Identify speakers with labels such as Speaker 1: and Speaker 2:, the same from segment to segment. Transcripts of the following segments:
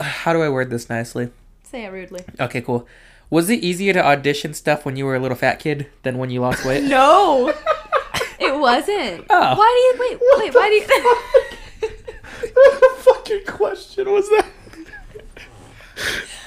Speaker 1: how do I word this nicely?
Speaker 2: Say it rudely.
Speaker 1: Okay, cool. Was it easier to audition stuff when you were a little fat kid than when you lost weight?
Speaker 2: No, it wasn't.
Speaker 1: Oh.
Speaker 2: Why do you wait? wait, why do you?
Speaker 1: what fucking question was that?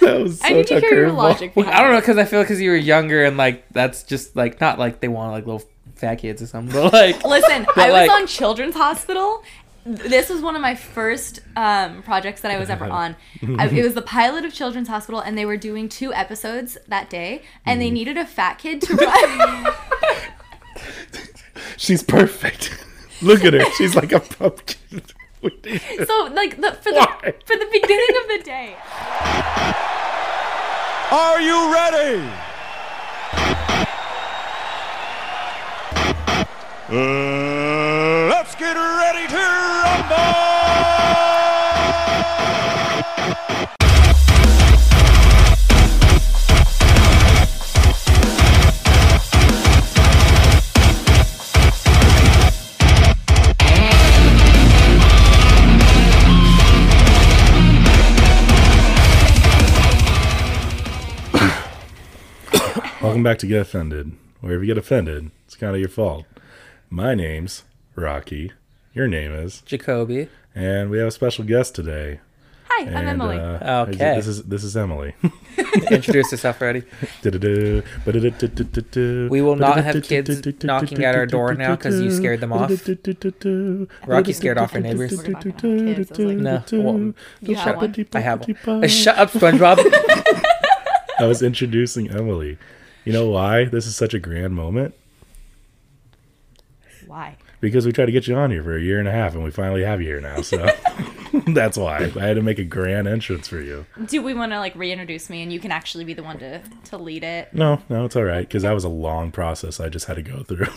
Speaker 1: That was
Speaker 2: I need to
Speaker 1: such a
Speaker 2: hear your
Speaker 1: curveball.
Speaker 2: logic
Speaker 1: Well, I don't
Speaker 2: behind
Speaker 1: know because I feel because you were younger and like that's just like not like they want like little fat kids or something, but like
Speaker 2: Listen,
Speaker 1: But,
Speaker 2: I was
Speaker 1: like-
Speaker 2: on Children's Hospital. This was one of my first um, projects that I was ever on. I, it was the pilot of Children's Hospital, and they were doing two episodes that day, and
Speaker 3: Mm.
Speaker 2: they needed a fat kid to run.
Speaker 3: She's perfect. Look at her. She's like a pumpkin. We need her.
Speaker 2: so, like the, for the
Speaker 3: Why?
Speaker 2: for the beginning of the day,
Speaker 4: Are you ready? Uh, let's get ready to rumble!
Speaker 3: Welcome back to Get Offended. Where if you get offended, it's kind of your fault. My name's Rocky. Your name is,
Speaker 1: Jacoby.
Speaker 3: and we have a special guest today.
Speaker 2: hi,
Speaker 3: And,
Speaker 2: I'm Emily.
Speaker 3: uh,
Speaker 1: Okay.
Speaker 3: This is this is Emily.
Speaker 1: Introduced yourself already.
Speaker 3: We
Speaker 1: will not have kids knocking at our door now 'cause you scared them off. Rocky scared off her neighbors.
Speaker 2: We're not gonna have kids, I was
Speaker 1: like- No, well,
Speaker 2: You have one?
Speaker 1: I have one. Uh, shut up, SpongeBob.
Speaker 3: I was introducing Emily. You know why this is such a grand moment?
Speaker 2: Why?
Speaker 3: Because we tried to get you on here for a year and a half, and we finally have you here now. So that's why I had to make a grand entrance for you.
Speaker 2: Do we want to like reintroduce me, and you can actually be the one to to lead it?
Speaker 3: No, no, it's all right because that was a long process I just had to go through.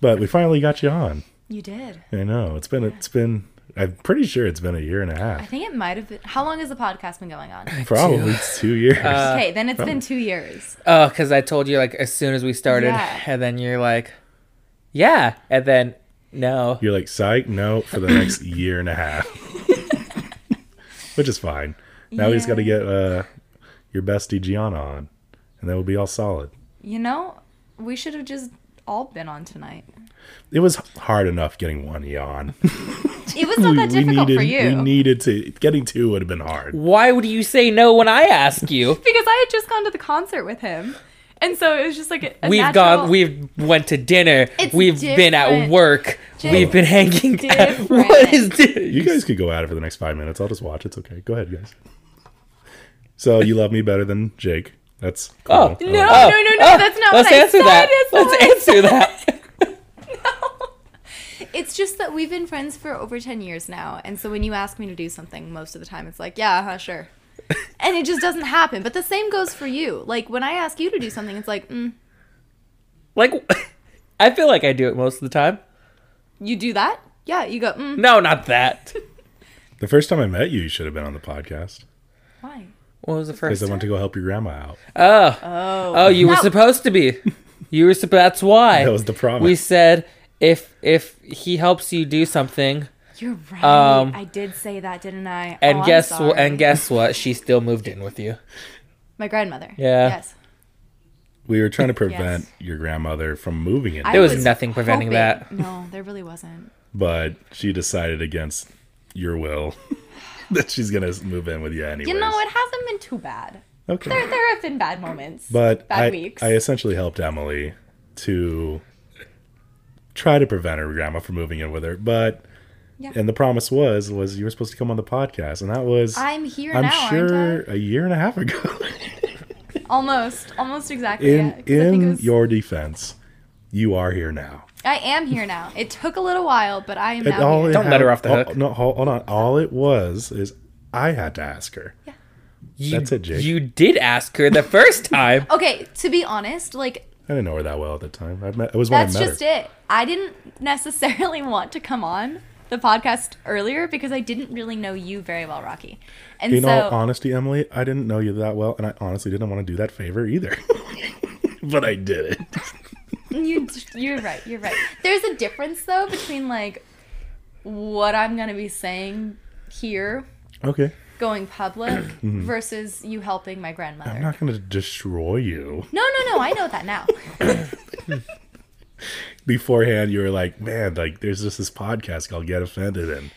Speaker 3: but we finally got you on.
Speaker 2: You did.
Speaker 3: I know it's been it's been. I'm pretty sure it's been a year and a
Speaker 2: I
Speaker 3: half.
Speaker 2: think it might have been. How long has the podcast been going on?
Speaker 3: Uh, Probably two years.
Speaker 2: okay, then it's been two years.
Speaker 1: Oh, because I told you like as soon as we started,
Speaker 2: Yeah.
Speaker 1: and then you're like, yeah, and then no.
Speaker 3: You're like, psych, no, for the next year and a half. Which is fine. Now we just got to get uh, your bestie Gianna on, and then we'll be all solid.
Speaker 2: You know, we should have just all been on tonight.
Speaker 3: It was hard enough getting one yawn.
Speaker 2: It was not that difficult
Speaker 3: needed,
Speaker 2: for you.
Speaker 3: We needed to. Getting two would have been hard.
Speaker 1: Why would you say no when I ask you?
Speaker 2: because I had just gone to the concert with him. And so it was just like a, a
Speaker 1: We've
Speaker 2: natural-
Speaker 1: gone. We've went to dinner.
Speaker 2: It's
Speaker 1: we've been at
Speaker 2: different.
Speaker 1: work.
Speaker 2: Just
Speaker 1: we've been hanging. out.
Speaker 2: different.
Speaker 1: What is this?
Speaker 3: You guys could go at it for the next five minutes. I'll just watch. It's okay. Go ahead, guys. So you love me better than Jake. That's cool.
Speaker 1: Oh,
Speaker 3: I
Speaker 2: No,
Speaker 3: like
Speaker 2: no,
Speaker 3: that.
Speaker 2: no, no,
Speaker 1: Oh,
Speaker 2: that's not
Speaker 1: Let's
Speaker 2: what I
Speaker 1: answer
Speaker 2: said.
Speaker 1: that.
Speaker 2: It's not
Speaker 1: Let's
Speaker 2: what I
Speaker 1: answer that.
Speaker 2: It's just that we've been friends for over 10 years now. And so when you ask me to do something, most of the time it's like, yeah, huh, sure. and it just doesn't happen. But the same goes for you. Like when I ask you to do something, it's like, mm,
Speaker 1: Like, I feel like I do it most of the time.
Speaker 2: you do that? Yeah, you go, mm,
Speaker 1: No, not that.
Speaker 3: The first time I met you, you should have been on the podcast
Speaker 2: why?
Speaker 1: What was the
Speaker 3: because
Speaker 1: first?
Speaker 3: I went to go help your grandma out.
Speaker 1: Oh,
Speaker 2: Oh.
Speaker 1: oh, you were
Speaker 2: No.
Speaker 1: supposed to be. You were. supp- That's why.
Speaker 3: That was the promise.
Speaker 1: We said if if he helps you do something,
Speaker 2: You're right.
Speaker 1: Um,
Speaker 2: I did say that, didn't I?
Speaker 1: and
Speaker 2: Oh, I'm
Speaker 1: guess wh-
Speaker 2: sorry.
Speaker 1: and guess what, she still moved in with you.
Speaker 2: my grandmother.
Speaker 1: Yeah.
Speaker 2: Yes.
Speaker 3: We were trying to prevent your grandmother from moving it,
Speaker 2: I
Speaker 1: There was nothing preventing
Speaker 2: hoping-
Speaker 1: that.
Speaker 2: No, there really wasn't.
Speaker 3: but she decided against your will that she's gonna move in with you anyways.
Speaker 2: You know, it hasn't been too bad.
Speaker 3: Okay.
Speaker 2: There, there have been bad moments.
Speaker 3: but
Speaker 2: bad
Speaker 3: I,
Speaker 2: weeks.
Speaker 3: I essentially helped Emily to try to prevent her grandma from moving in with her, but
Speaker 2: Yeah.
Speaker 3: and the promise was was you were supposed to come on the podcast, and that was
Speaker 2: I'm here
Speaker 3: I'm
Speaker 2: now,
Speaker 3: sure
Speaker 2: aren't
Speaker 3: a year and a half ago.
Speaker 2: I? Almost, almost exactly. yeah,
Speaker 3: in
Speaker 2: 'cause I think it
Speaker 3: in
Speaker 2: was-
Speaker 3: your defense, you are here now.
Speaker 2: I am here now. It took a little while, but I am
Speaker 3: It-
Speaker 2: now
Speaker 3: all
Speaker 2: here.
Speaker 3: it
Speaker 1: Don't let
Speaker 3: ha-
Speaker 1: her off the
Speaker 3: all-
Speaker 1: hook.
Speaker 3: No, hold, hold on. All it was is I had to ask her.
Speaker 1: You,
Speaker 3: That's it, Jake.
Speaker 1: You did ask her the first time.
Speaker 2: Okay, to be honest, like
Speaker 3: I didn't know her that well at the time. I met. It was when
Speaker 2: that's
Speaker 3: I met
Speaker 2: just
Speaker 3: her.
Speaker 2: it. I didn't necessarily want to come on the podcast earlier because I didn't really know you very well, Rocky. And
Speaker 3: In
Speaker 2: so
Speaker 3: all honesty, Emily, I didn't know you that well, and I honestly didn't want to do that favor either. but I did it.
Speaker 2: You, you're right. You're right. There's a difference though between like what I'm gonna be saying here
Speaker 3: Okay.
Speaker 2: going public versus you helping my grandmother.
Speaker 3: Mm-hmm. I'm not going to destroy you.
Speaker 2: no, no, no. I know that now.
Speaker 3: Beforehand, you were like, man, like there's just this podcast I'll get offended and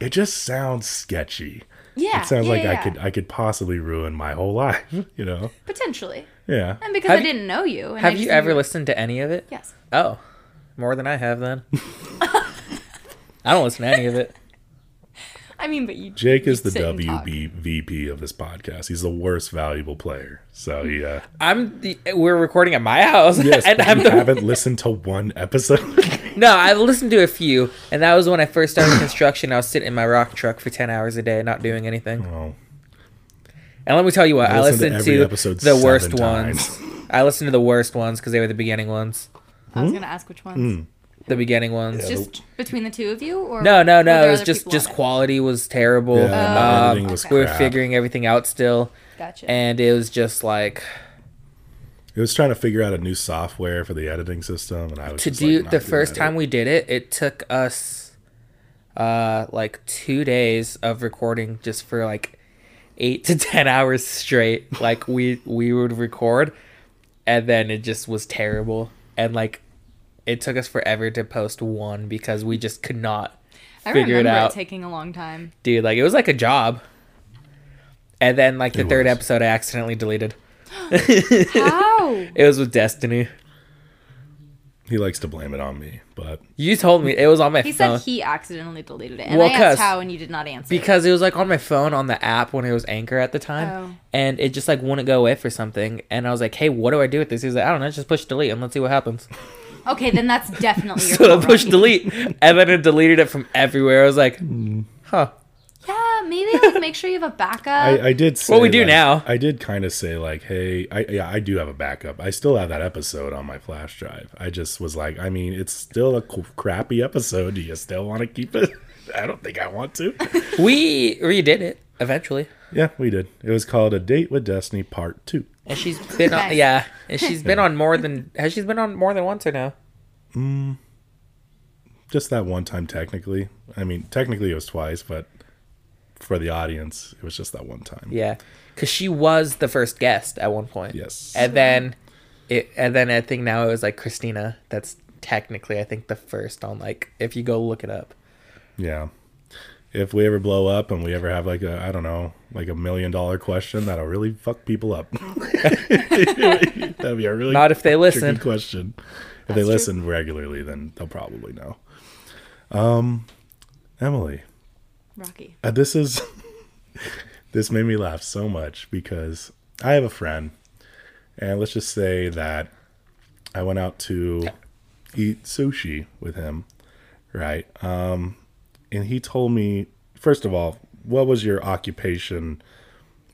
Speaker 3: it just sounds sketchy.
Speaker 2: Yeah.
Speaker 3: It sounds
Speaker 2: yeah,
Speaker 3: like
Speaker 2: yeah,
Speaker 3: I
Speaker 2: yeah.
Speaker 3: could I could possibly ruin my whole life, you know?
Speaker 2: potentially.
Speaker 3: Yeah.
Speaker 2: And because
Speaker 1: Have
Speaker 2: I
Speaker 1: you-
Speaker 2: didn't know you. And I
Speaker 1: Have
Speaker 2: just
Speaker 1: you
Speaker 2: knew
Speaker 1: ever
Speaker 2: were-
Speaker 1: listened to any of it?
Speaker 2: Yes.
Speaker 1: Oh, more than I have then. I don't listen to any of it.
Speaker 2: I mean, but you.
Speaker 3: Jake is the
Speaker 2: sit and talk.
Speaker 3: WBVP of this podcast. He's the worst valuable player. So yeah.
Speaker 1: I'm. The, we're recording at my house,
Speaker 3: Yes,
Speaker 1: and
Speaker 3: but
Speaker 1: I'm
Speaker 3: you
Speaker 1: the
Speaker 3: haven't listened to one episode.
Speaker 1: No, I listened to a few, and that was when I first started construction. I was sitting in my rock truck for ten hours a day, not doing anything.
Speaker 3: oh,
Speaker 1: And let me tell you what, I,
Speaker 3: listened
Speaker 1: listened
Speaker 3: to
Speaker 1: to,
Speaker 3: every episode
Speaker 1: the
Speaker 3: seven
Speaker 1: worst
Speaker 3: times.
Speaker 1: ones. I listened to the worst ones because they were the beginning ones.
Speaker 2: I
Speaker 3: Hmm?
Speaker 2: was gonna ask which ones.
Speaker 1: The beginning ones.
Speaker 2: Just between the two of you, or
Speaker 1: no, no, no.
Speaker 2: were there
Speaker 1: It was
Speaker 2: other
Speaker 1: just
Speaker 2: people
Speaker 1: just
Speaker 2: on it?
Speaker 1: quality was terrible.
Speaker 3: Yeah, the
Speaker 1: Um,
Speaker 3: editing was
Speaker 1: We were
Speaker 3: crap.
Speaker 1: figuring everything out still,
Speaker 2: Gotcha.
Speaker 1: and it was just like
Speaker 3: it was trying to figure out a new software for the editing system, and I was
Speaker 1: to
Speaker 3: just,
Speaker 1: do
Speaker 3: like, not
Speaker 1: the
Speaker 3: good
Speaker 1: first
Speaker 3: at
Speaker 1: time
Speaker 3: it.
Speaker 1: we did it it took us uh like two days of recording just for like eight to ten hours straight like we we would record and then it just was terrible and like it took us forever to post one because we just could not
Speaker 2: I
Speaker 1: figure it
Speaker 2: remember
Speaker 1: out.
Speaker 2: taking a long time.
Speaker 1: dude like it was like a job and then like the
Speaker 3: It
Speaker 1: third
Speaker 3: was.
Speaker 1: episode i accidentally deleted
Speaker 2: How?
Speaker 1: it was with destiny
Speaker 3: he likes to blame it on me, but
Speaker 1: you told me it was on my
Speaker 2: He
Speaker 1: phone
Speaker 2: said he accidentally deleted it, and
Speaker 1: Uh, Well,
Speaker 2: I asked
Speaker 1: 'cause-
Speaker 2: how, and you did not answer.
Speaker 1: because it was like on my phone on the app when it was anchor at the time
Speaker 2: Oh.
Speaker 1: and it just like wouldn't go away for something and i was like hey what do i do with this he's like i don't know just push delete and let's see what happens
Speaker 2: okay, then that's definitely your
Speaker 1: so i
Speaker 2: fault,
Speaker 1: pushed
Speaker 2: Ronnie.
Speaker 1: delete and then it deleted it from everywhere i was like huh
Speaker 2: Yeah, maybe like make sure you have a backup.
Speaker 3: I, I did. Say,
Speaker 1: Um, What we do
Speaker 3: like-
Speaker 1: now.
Speaker 3: I did kind of say like, hey, I yeah, I do have a backup. I still have that episode on my flash drive. I just was like, I mean, it's still a c- crappy episode. Do you still want to keep it? I don't think I want to.
Speaker 1: we redid it eventually
Speaker 3: yeah, we did. It was called a date with Destiny Part Two.
Speaker 1: and she's been on
Speaker 2: Nice.
Speaker 1: yeah and she's been on more than has she's been on more than once or no
Speaker 3: Just that one time, technically. I mean, technically it was twice, but for the audience, it was just that one time.
Speaker 1: yeah because she was the first guest at one point
Speaker 3: Yes.
Speaker 1: and then it and then i think now it was like christina that's technically i think the first on like if you go look it up
Speaker 3: Yeah. If we ever blow up and we ever have like a I don't know, like a million dollar question, that'll really fuck people up. That'd be a really
Speaker 1: Not if they
Speaker 3: tricky
Speaker 1: listen.
Speaker 3: question. If they listen regularly, then they'll probably know. Um, Emily,
Speaker 2: Rocky.
Speaker 3: uh, this is this made me laugh so much because I have a friend, and let's just say that I went out to eat sushi with him, right? Um, and he told me first of all, what was your occupation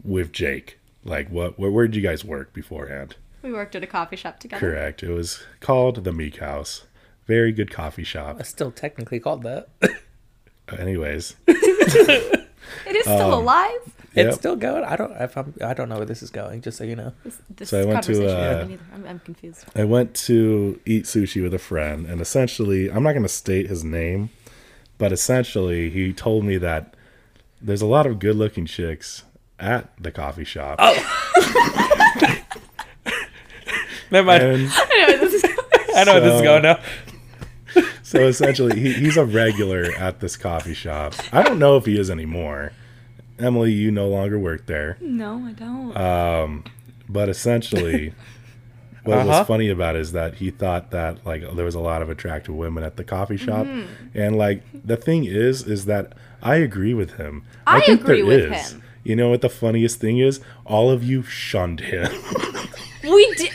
Speaker 3: with Jake? Like, what where, where did you guys work beforehand?
Speaker 2: We worked at a coffee shop together.
Speaker 3: Correct. It was called the Meek House. Very good coffee shop.
Speaker 1: It's still technically called that.
Speaker 3: Anyways,
Speaker 2: It is still
Speaker 3: Um,
Speaker 2: alive.
Speaker 3: Yep.
Speaker 1: It's still going. I don't. If I'm, I don't know where this is going. Just so you know.
Speaker 2: This, this
Speaker 3: So I went to,
Speaker 2: conversation
Speaker 3: uh,
Speaker 2: happened either. I'm, I'm confused.
Speaker 3: I went to eat sushi with a friend, and essentially, I'm not going to state his name, but essentially, he told me that there's a lot of good looking chicks at the coffee shop.
Speaker 1: Oh, Never mind.
Speaker 3: And
Speaker 2: Anyway, this is-
Speaker 1: I know where this is
Speaker 3: so-
Speaker 1: going now.
Speaker 3: so essentially, he, he's a regular at this coffee shop. I don't know if he is anymore. Emily, you no longer work there.
Speaker 2: no, I don't.
Speaker 3: Uh, But essentially, what
Speaker 1: Uh-huh.
Speaker 3: was funny about it is that he thought that like there was a lot of attractive women at the coffee shop,
Speaker 2: Mm-hmm.
Speaker 3: and like the thing is, is that I agree with him.
Speaker 2: I agree with him.
Speaker 3: You know what the funniest thing is? All of you shunned him.
Speaker 2: we did.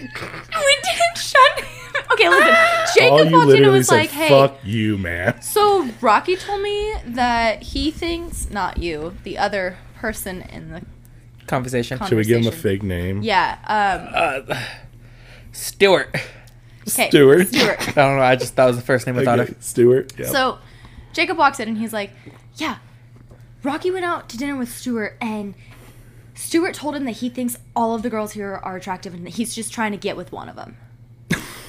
Speaker 2: We didn't shun him. Okay, listen.
Speaker 3: All
Speaker 2: Jacob walked
Speaker 3: you
Speaker 2: in and
Speaker 3: literally
Speaker 2: was
Speaker 3: said,
Speaker 2: like, "Hey,
Speaker 3: "Fuck you, man."
Speaker 2: So Rocky told me that he thinks not you, the other person in the
Speaker 1: Conversation.
Speaker 2: Con-
Speaker 3: Should we give him a
Speaker 2: Conversation.
Speaker 3: fake name?
Speaker 2: yeah. Um,
Speaker 1: Stewart.
Speaker 2: okay,
Speaker 3: Stuart.
Speaker 1: I
Speaker 2: Stuart.
Speaker 1: don't know. I just that was the first name I thought
Speaker 3: Okay,
Speaker 1: of.
Speaker 3: Stuart. Yeah.
Speaker 2: So Jacob walks in and he's like, "Yeah, Rocky went out to dinner with Stuart and." Stuart told him that he thinks all of the girls here are attractive and that he's just trying to get with one of them.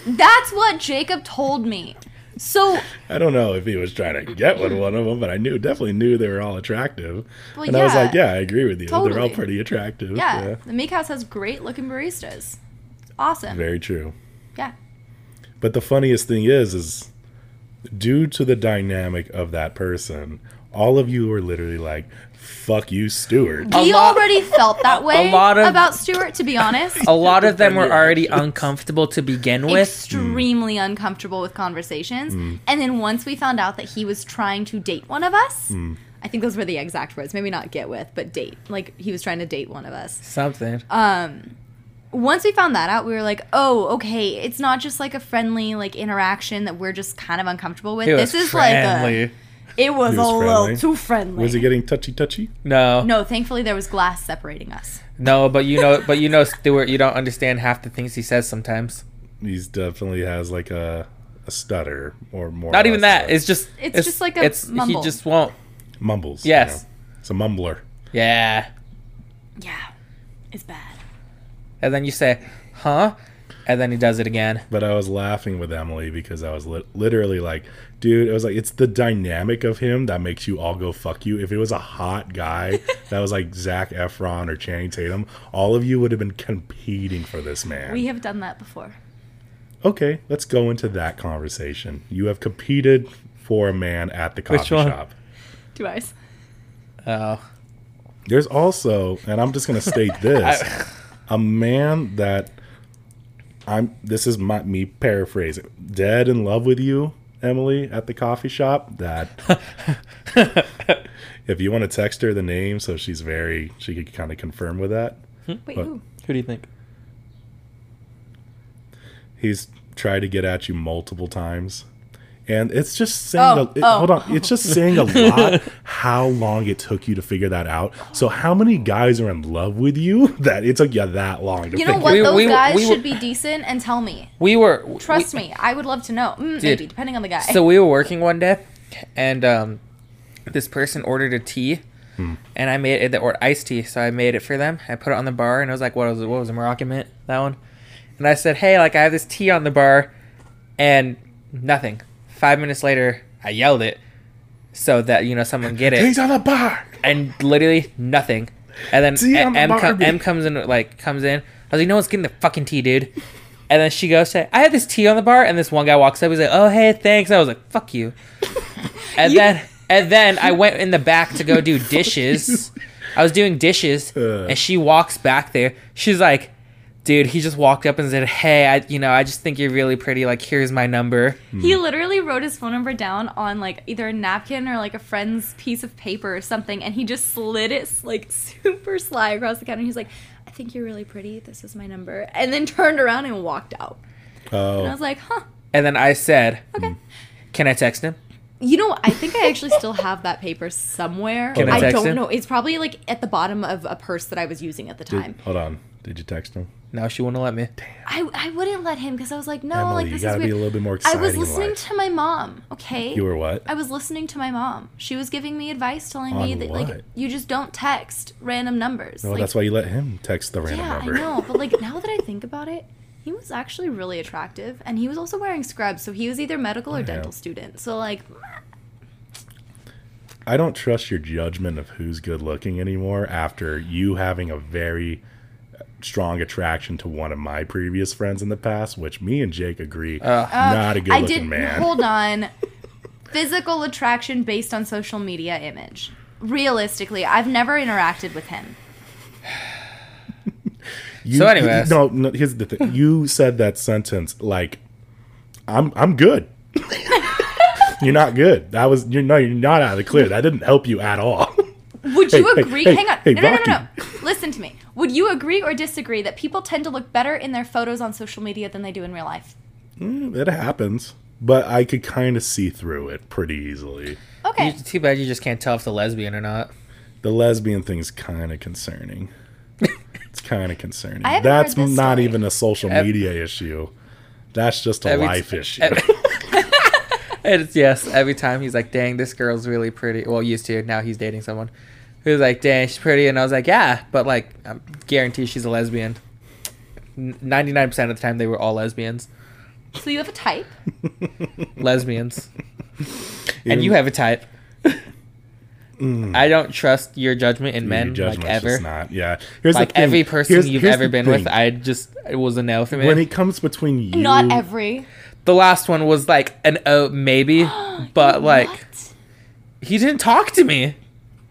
Speaker 2: That's what Jacob told me. So
Speaker 3: I don't know if he was trying to get with one of them, but I knew definitely knew they were all attractive.
Speaker 2: Well,
Speaker 3: and I was
Speaker 2: yeah.
Speaker 3: like, yeah, I agree with you. They're all
Speaker 2: Totally.
Speaker 3: pretty attractive.
Speaker 2: yeah, the Meek House has great looking baristas. Awesome.
Speaker 3: Very true.
Speaker 2: yeah.
Speaker 3: But the funniest thing is, is due to the dynamic of that person, all of you were literally like, "Fuck you, Stewart."
Speaker 2: We
Speaker 1: lot-
Speaker 2: already felt that way
Speaker 1: lot of-
Speaker 2: about Stuart, to be honest.
Speaker 1: A lot of them were already uncomfortable to begin with.
Speaker 2: Extremely uncomfortable with conversations. And then once we found out that he was trying to date one of us, I think those were the exact words. Maybe not get with, but date. Like he was trying to date one of us.
Speaker 1: Something.
Speaker 2: Uh, once we found that out, we were like, oh, okay, it's not just like a friendly like interaction that we're just kind of uncomfortable with.
Speaker 1: It
Speaker 2: This
Speaker 1: was
Speaker 2: is
Speaker 1: friendly.
Speaker 2: like a it was,
Speaker 3: He was
Speaker 2: a
Speaker 3: friendly.
Speaker 2: little too friendly.
Speaker 3: Was he getting touchy touchy?
Speaker 1: no, no,
Speaker 2: no, thankfully there was glass separating us.
Speaker 1: but you know, but you know, Stuart, you don't understand half the things he says sometimes.
Speaker 3: He's definitely has like a, a stutter or more.
Speaker 1: Not
Speaker 3: or
Speaker 1: even
Speaker 3: less
Speaker 1: that. It's just.
Speaker 2: It's just like a
Speaker 1: it's,
Speaker 2: mumble.
Speaker 1: He just won't.
Speaker 3: mumbles.
Speaker 1: Yes.
Speaker 3: you know. it's a mumbler.
Speaker 1: Yeah.
Speaker 2: Yeah. It's bad.
Speaker 1: And then you say, "Huh," and then he does it again.
Speaker 3: But I was laughing with Emily because I was lit literally like, dude, it was like, it's the dynamic of him that makes you all go fuck you. If it was a hot guy that was like Zach Efron or Channing Tatum, all of you would have been competing for this man.
Speaker 2: We have done that before.
Speaker 3: okay, let's go into that conversation. You have competed for a man at the coffee
Speaker 1: one?
Speaker 3: shop.
Speaker 2: Two eyes.
Speaker 1: Oh,
Speaker 3: There's also, and I'm just going to state this, a man that I'm. This is my me paraphrasing. Dead in love with you, Emily, at the coffee shop. That. if you want to text her the name, so she's very, she could kind of confirm with that.
Speaker 2: Wait,
Speaker 3: What?
Speaker 2: who?
Speaker 1: who do you think?
Speaker 3: He's tried to get at you multiple times. And it's just saying,
Speaker 2: Oh,
Speaker 3: a, it-
Speaker 2: oh.
Speaker 3: hold on, it's just saying a lot how long it took you to figure that out. So, how many guys are in love with you that it took you that long to
Speaker 2: You
Speaker 3: figure
Speaker 2: know what?
Speaker 1: We-
Speaker 2: Those
Speaker 1: we-
Speaker 2: guys
Speaker 1: we-
Speaker 2: should be decent and tell me.
Speaker 1: We were
Speaker 2: Trust me, I would love to know. Mm, maybe, depending on the guy.
Speaker 1: So we were working one day, and um, this person ordered a tea, and I made it the or iced tea. So I made it for them. I put it on the bar, and I was like, "What was it? What was it? Moroccan mint? That one?" And I said, "Hey, like I have this tea on the bar," and nothing. Five minutes later, I yelled it so that you know someone get it,
Speaker 3: He's on the bar.
Speaker 1: and literally nothing. And then
Speaker 3: Tea on
Speaker 1: A- M, com-
Speaker 3: Barbie.
Speaker 1: M comes in, like comes in. I was like, "No one's getting the fucking tea, dude." And then she goes, "Say, I had this tea on the bar," and this one guy walks up. He's like, "Oh, hey, thanks." I was like, "Fuck you." And then, and then I went in the back to go do dishes. I was doing dishes,
Speaker 3: Uh.
Speaker 1: and she walks back there. She's like, "Dude, he just walked up and said, hey, I, you know, I just think you're really pretty. Like, here's my number.'"
Speaker 3: Hmm.
Speaker 2: He literally wrote his phone number down on like either a napkin or like a friend's piece of paper or something, and he just slid it like super sly across the counter. And he's like, "I think you're really pretty. This is my number," and then turned around and walked out. And I
Speaker 3: Oh,
Speaker 2: was like, "Huh."
Speaker 1: And then I said, "Can I text him?"
Speaker 2: You know, I think I actually still have that paper somewhere.
Speaker 1: Can
Speaker 3: I text
Speaker 2: don't
Speaker 1: him?
Speaker 2: know. It's probably like at the bottom of a purse that I was using at the time.
Speaker 3: did, hold on. Did you text him?
Speaker 1: No, she wouldn't let me.
Speaker 2: I, I wouldn't let him because I was Oh, like, no,
Speaker 3: Emily,
Speaker 2: like
Speaker 3: you
Speaker 2: this is
Speaker 3: gotta be
Speaker 2: weird.
Speaker 3: a little bit more
Speaker 2: I was
Speaker 3: exciting in
Speaker 2: listening
Speaker 3: life.
Speaker 2: to my mom. Okay.
Speaker 3: You were what?
Speaker 2: I was listening to my mom. She was giving me advice, telling me
Speaker 3: On
Speaker 2: that
Speaker 3: what?
Speaker 2: like you just don't text random numbers.
Speaker 3: Well,
Speaker 2: like,
Speaker 3: that's why you let him text the random
Speaker 2: yeah,
Speaker 3: number.
Speaker 2: I know. But like now that I think about it, he was actually really attractive, and he was also wearing scrubs, so he was either medical or dental student. So like,
Speaker 3: I don't trust your judgment of who's good looking anymore after you having a very strong attraction to one of my previous friends in the past, which me and Jake agree,
Speaker 1: Uh,
Speaker 3: not a good
Speaker 2: Uh, I
Speaker 3: looking
Speaker 2: did.
Speaker 3: man.
Speaker 2: Hold on. Physical attraction based on social media image. Realistically, I've never interacted with him.
Speaker 3: You-
Speaker 1: So anyways.
Speaker 3: you- no, no, here's the thing. You said that sentence like, "I'm I'm good." you're not good. That was you're no, you're not out of the clear. That didn't help you at all.
Speaker 2: Would
Speaker 3: Hey,
Speaker 2: you
Speaker 3: hey,
Speaker 2: agree?
Speaker 3: hey,
Speaker 2: Hang on.
Speaker 3: hey,
Speaker 2: no, no, no, no,
Speaker 3: Rocky.
Speaker 2: no. Listen to me. Would you agree or disagree that people tend to look better in their photos on social media than they do in real life?
Speaker 3: it happens, but I could kind of see through it pretty easily.
Speaker 2: Okay.
Speaker 1: You- too bad you just can't tell if the lesbian or not.
Speaker 3: the lesbian thing's kind of concerning. it's kind of concerning.
Speaker 2: I haven't
Speaker 3: That's
Speaker 2: heard this
Speaker 3: not
Speaker 2: story.
Speaker 3: even a social
Speaker 1: Ev-
Speaker 3: media issue. That's just a
Speaker 1: Every t-
Speaker 3: life issue.
Speaker 1: ev- And it's yes, every time he's like, "Dang, this girl's really pretty." Well, used to. Now he's dating someone who's like, "Dang, she's pretty," and I was like, "Yeah," but like, I guarantee she's a lesbian. Ninety nine percent of the time, they were all lesbians.
Speaker 2: So you have a type.
Speaker 1: lesbians. and you have a type. I don't trust your judgment in men like
Speaker 3: Mm. judgment's just
Speaker 1: ever.
Speaker 3: not. Yeah. Here's the
Speaker 1: Like
Speaker 3: thing.
Speaker 1: every person
Speaker 3: Here's-
Speaker 1: you've
Speaker 3: here's
Speaker 1: ever
Speaker 3: the
Speaker 1: been
Speaker 3: thing.
Speaker 1: with, I just it was a no for me.
Speaker 3: when it comes between you,
Speaker 2: Not every.
Speaker 1: the last one was like an oh maybe, but like
Speaker 2: What?
Speaker 1: he didn't talk to me.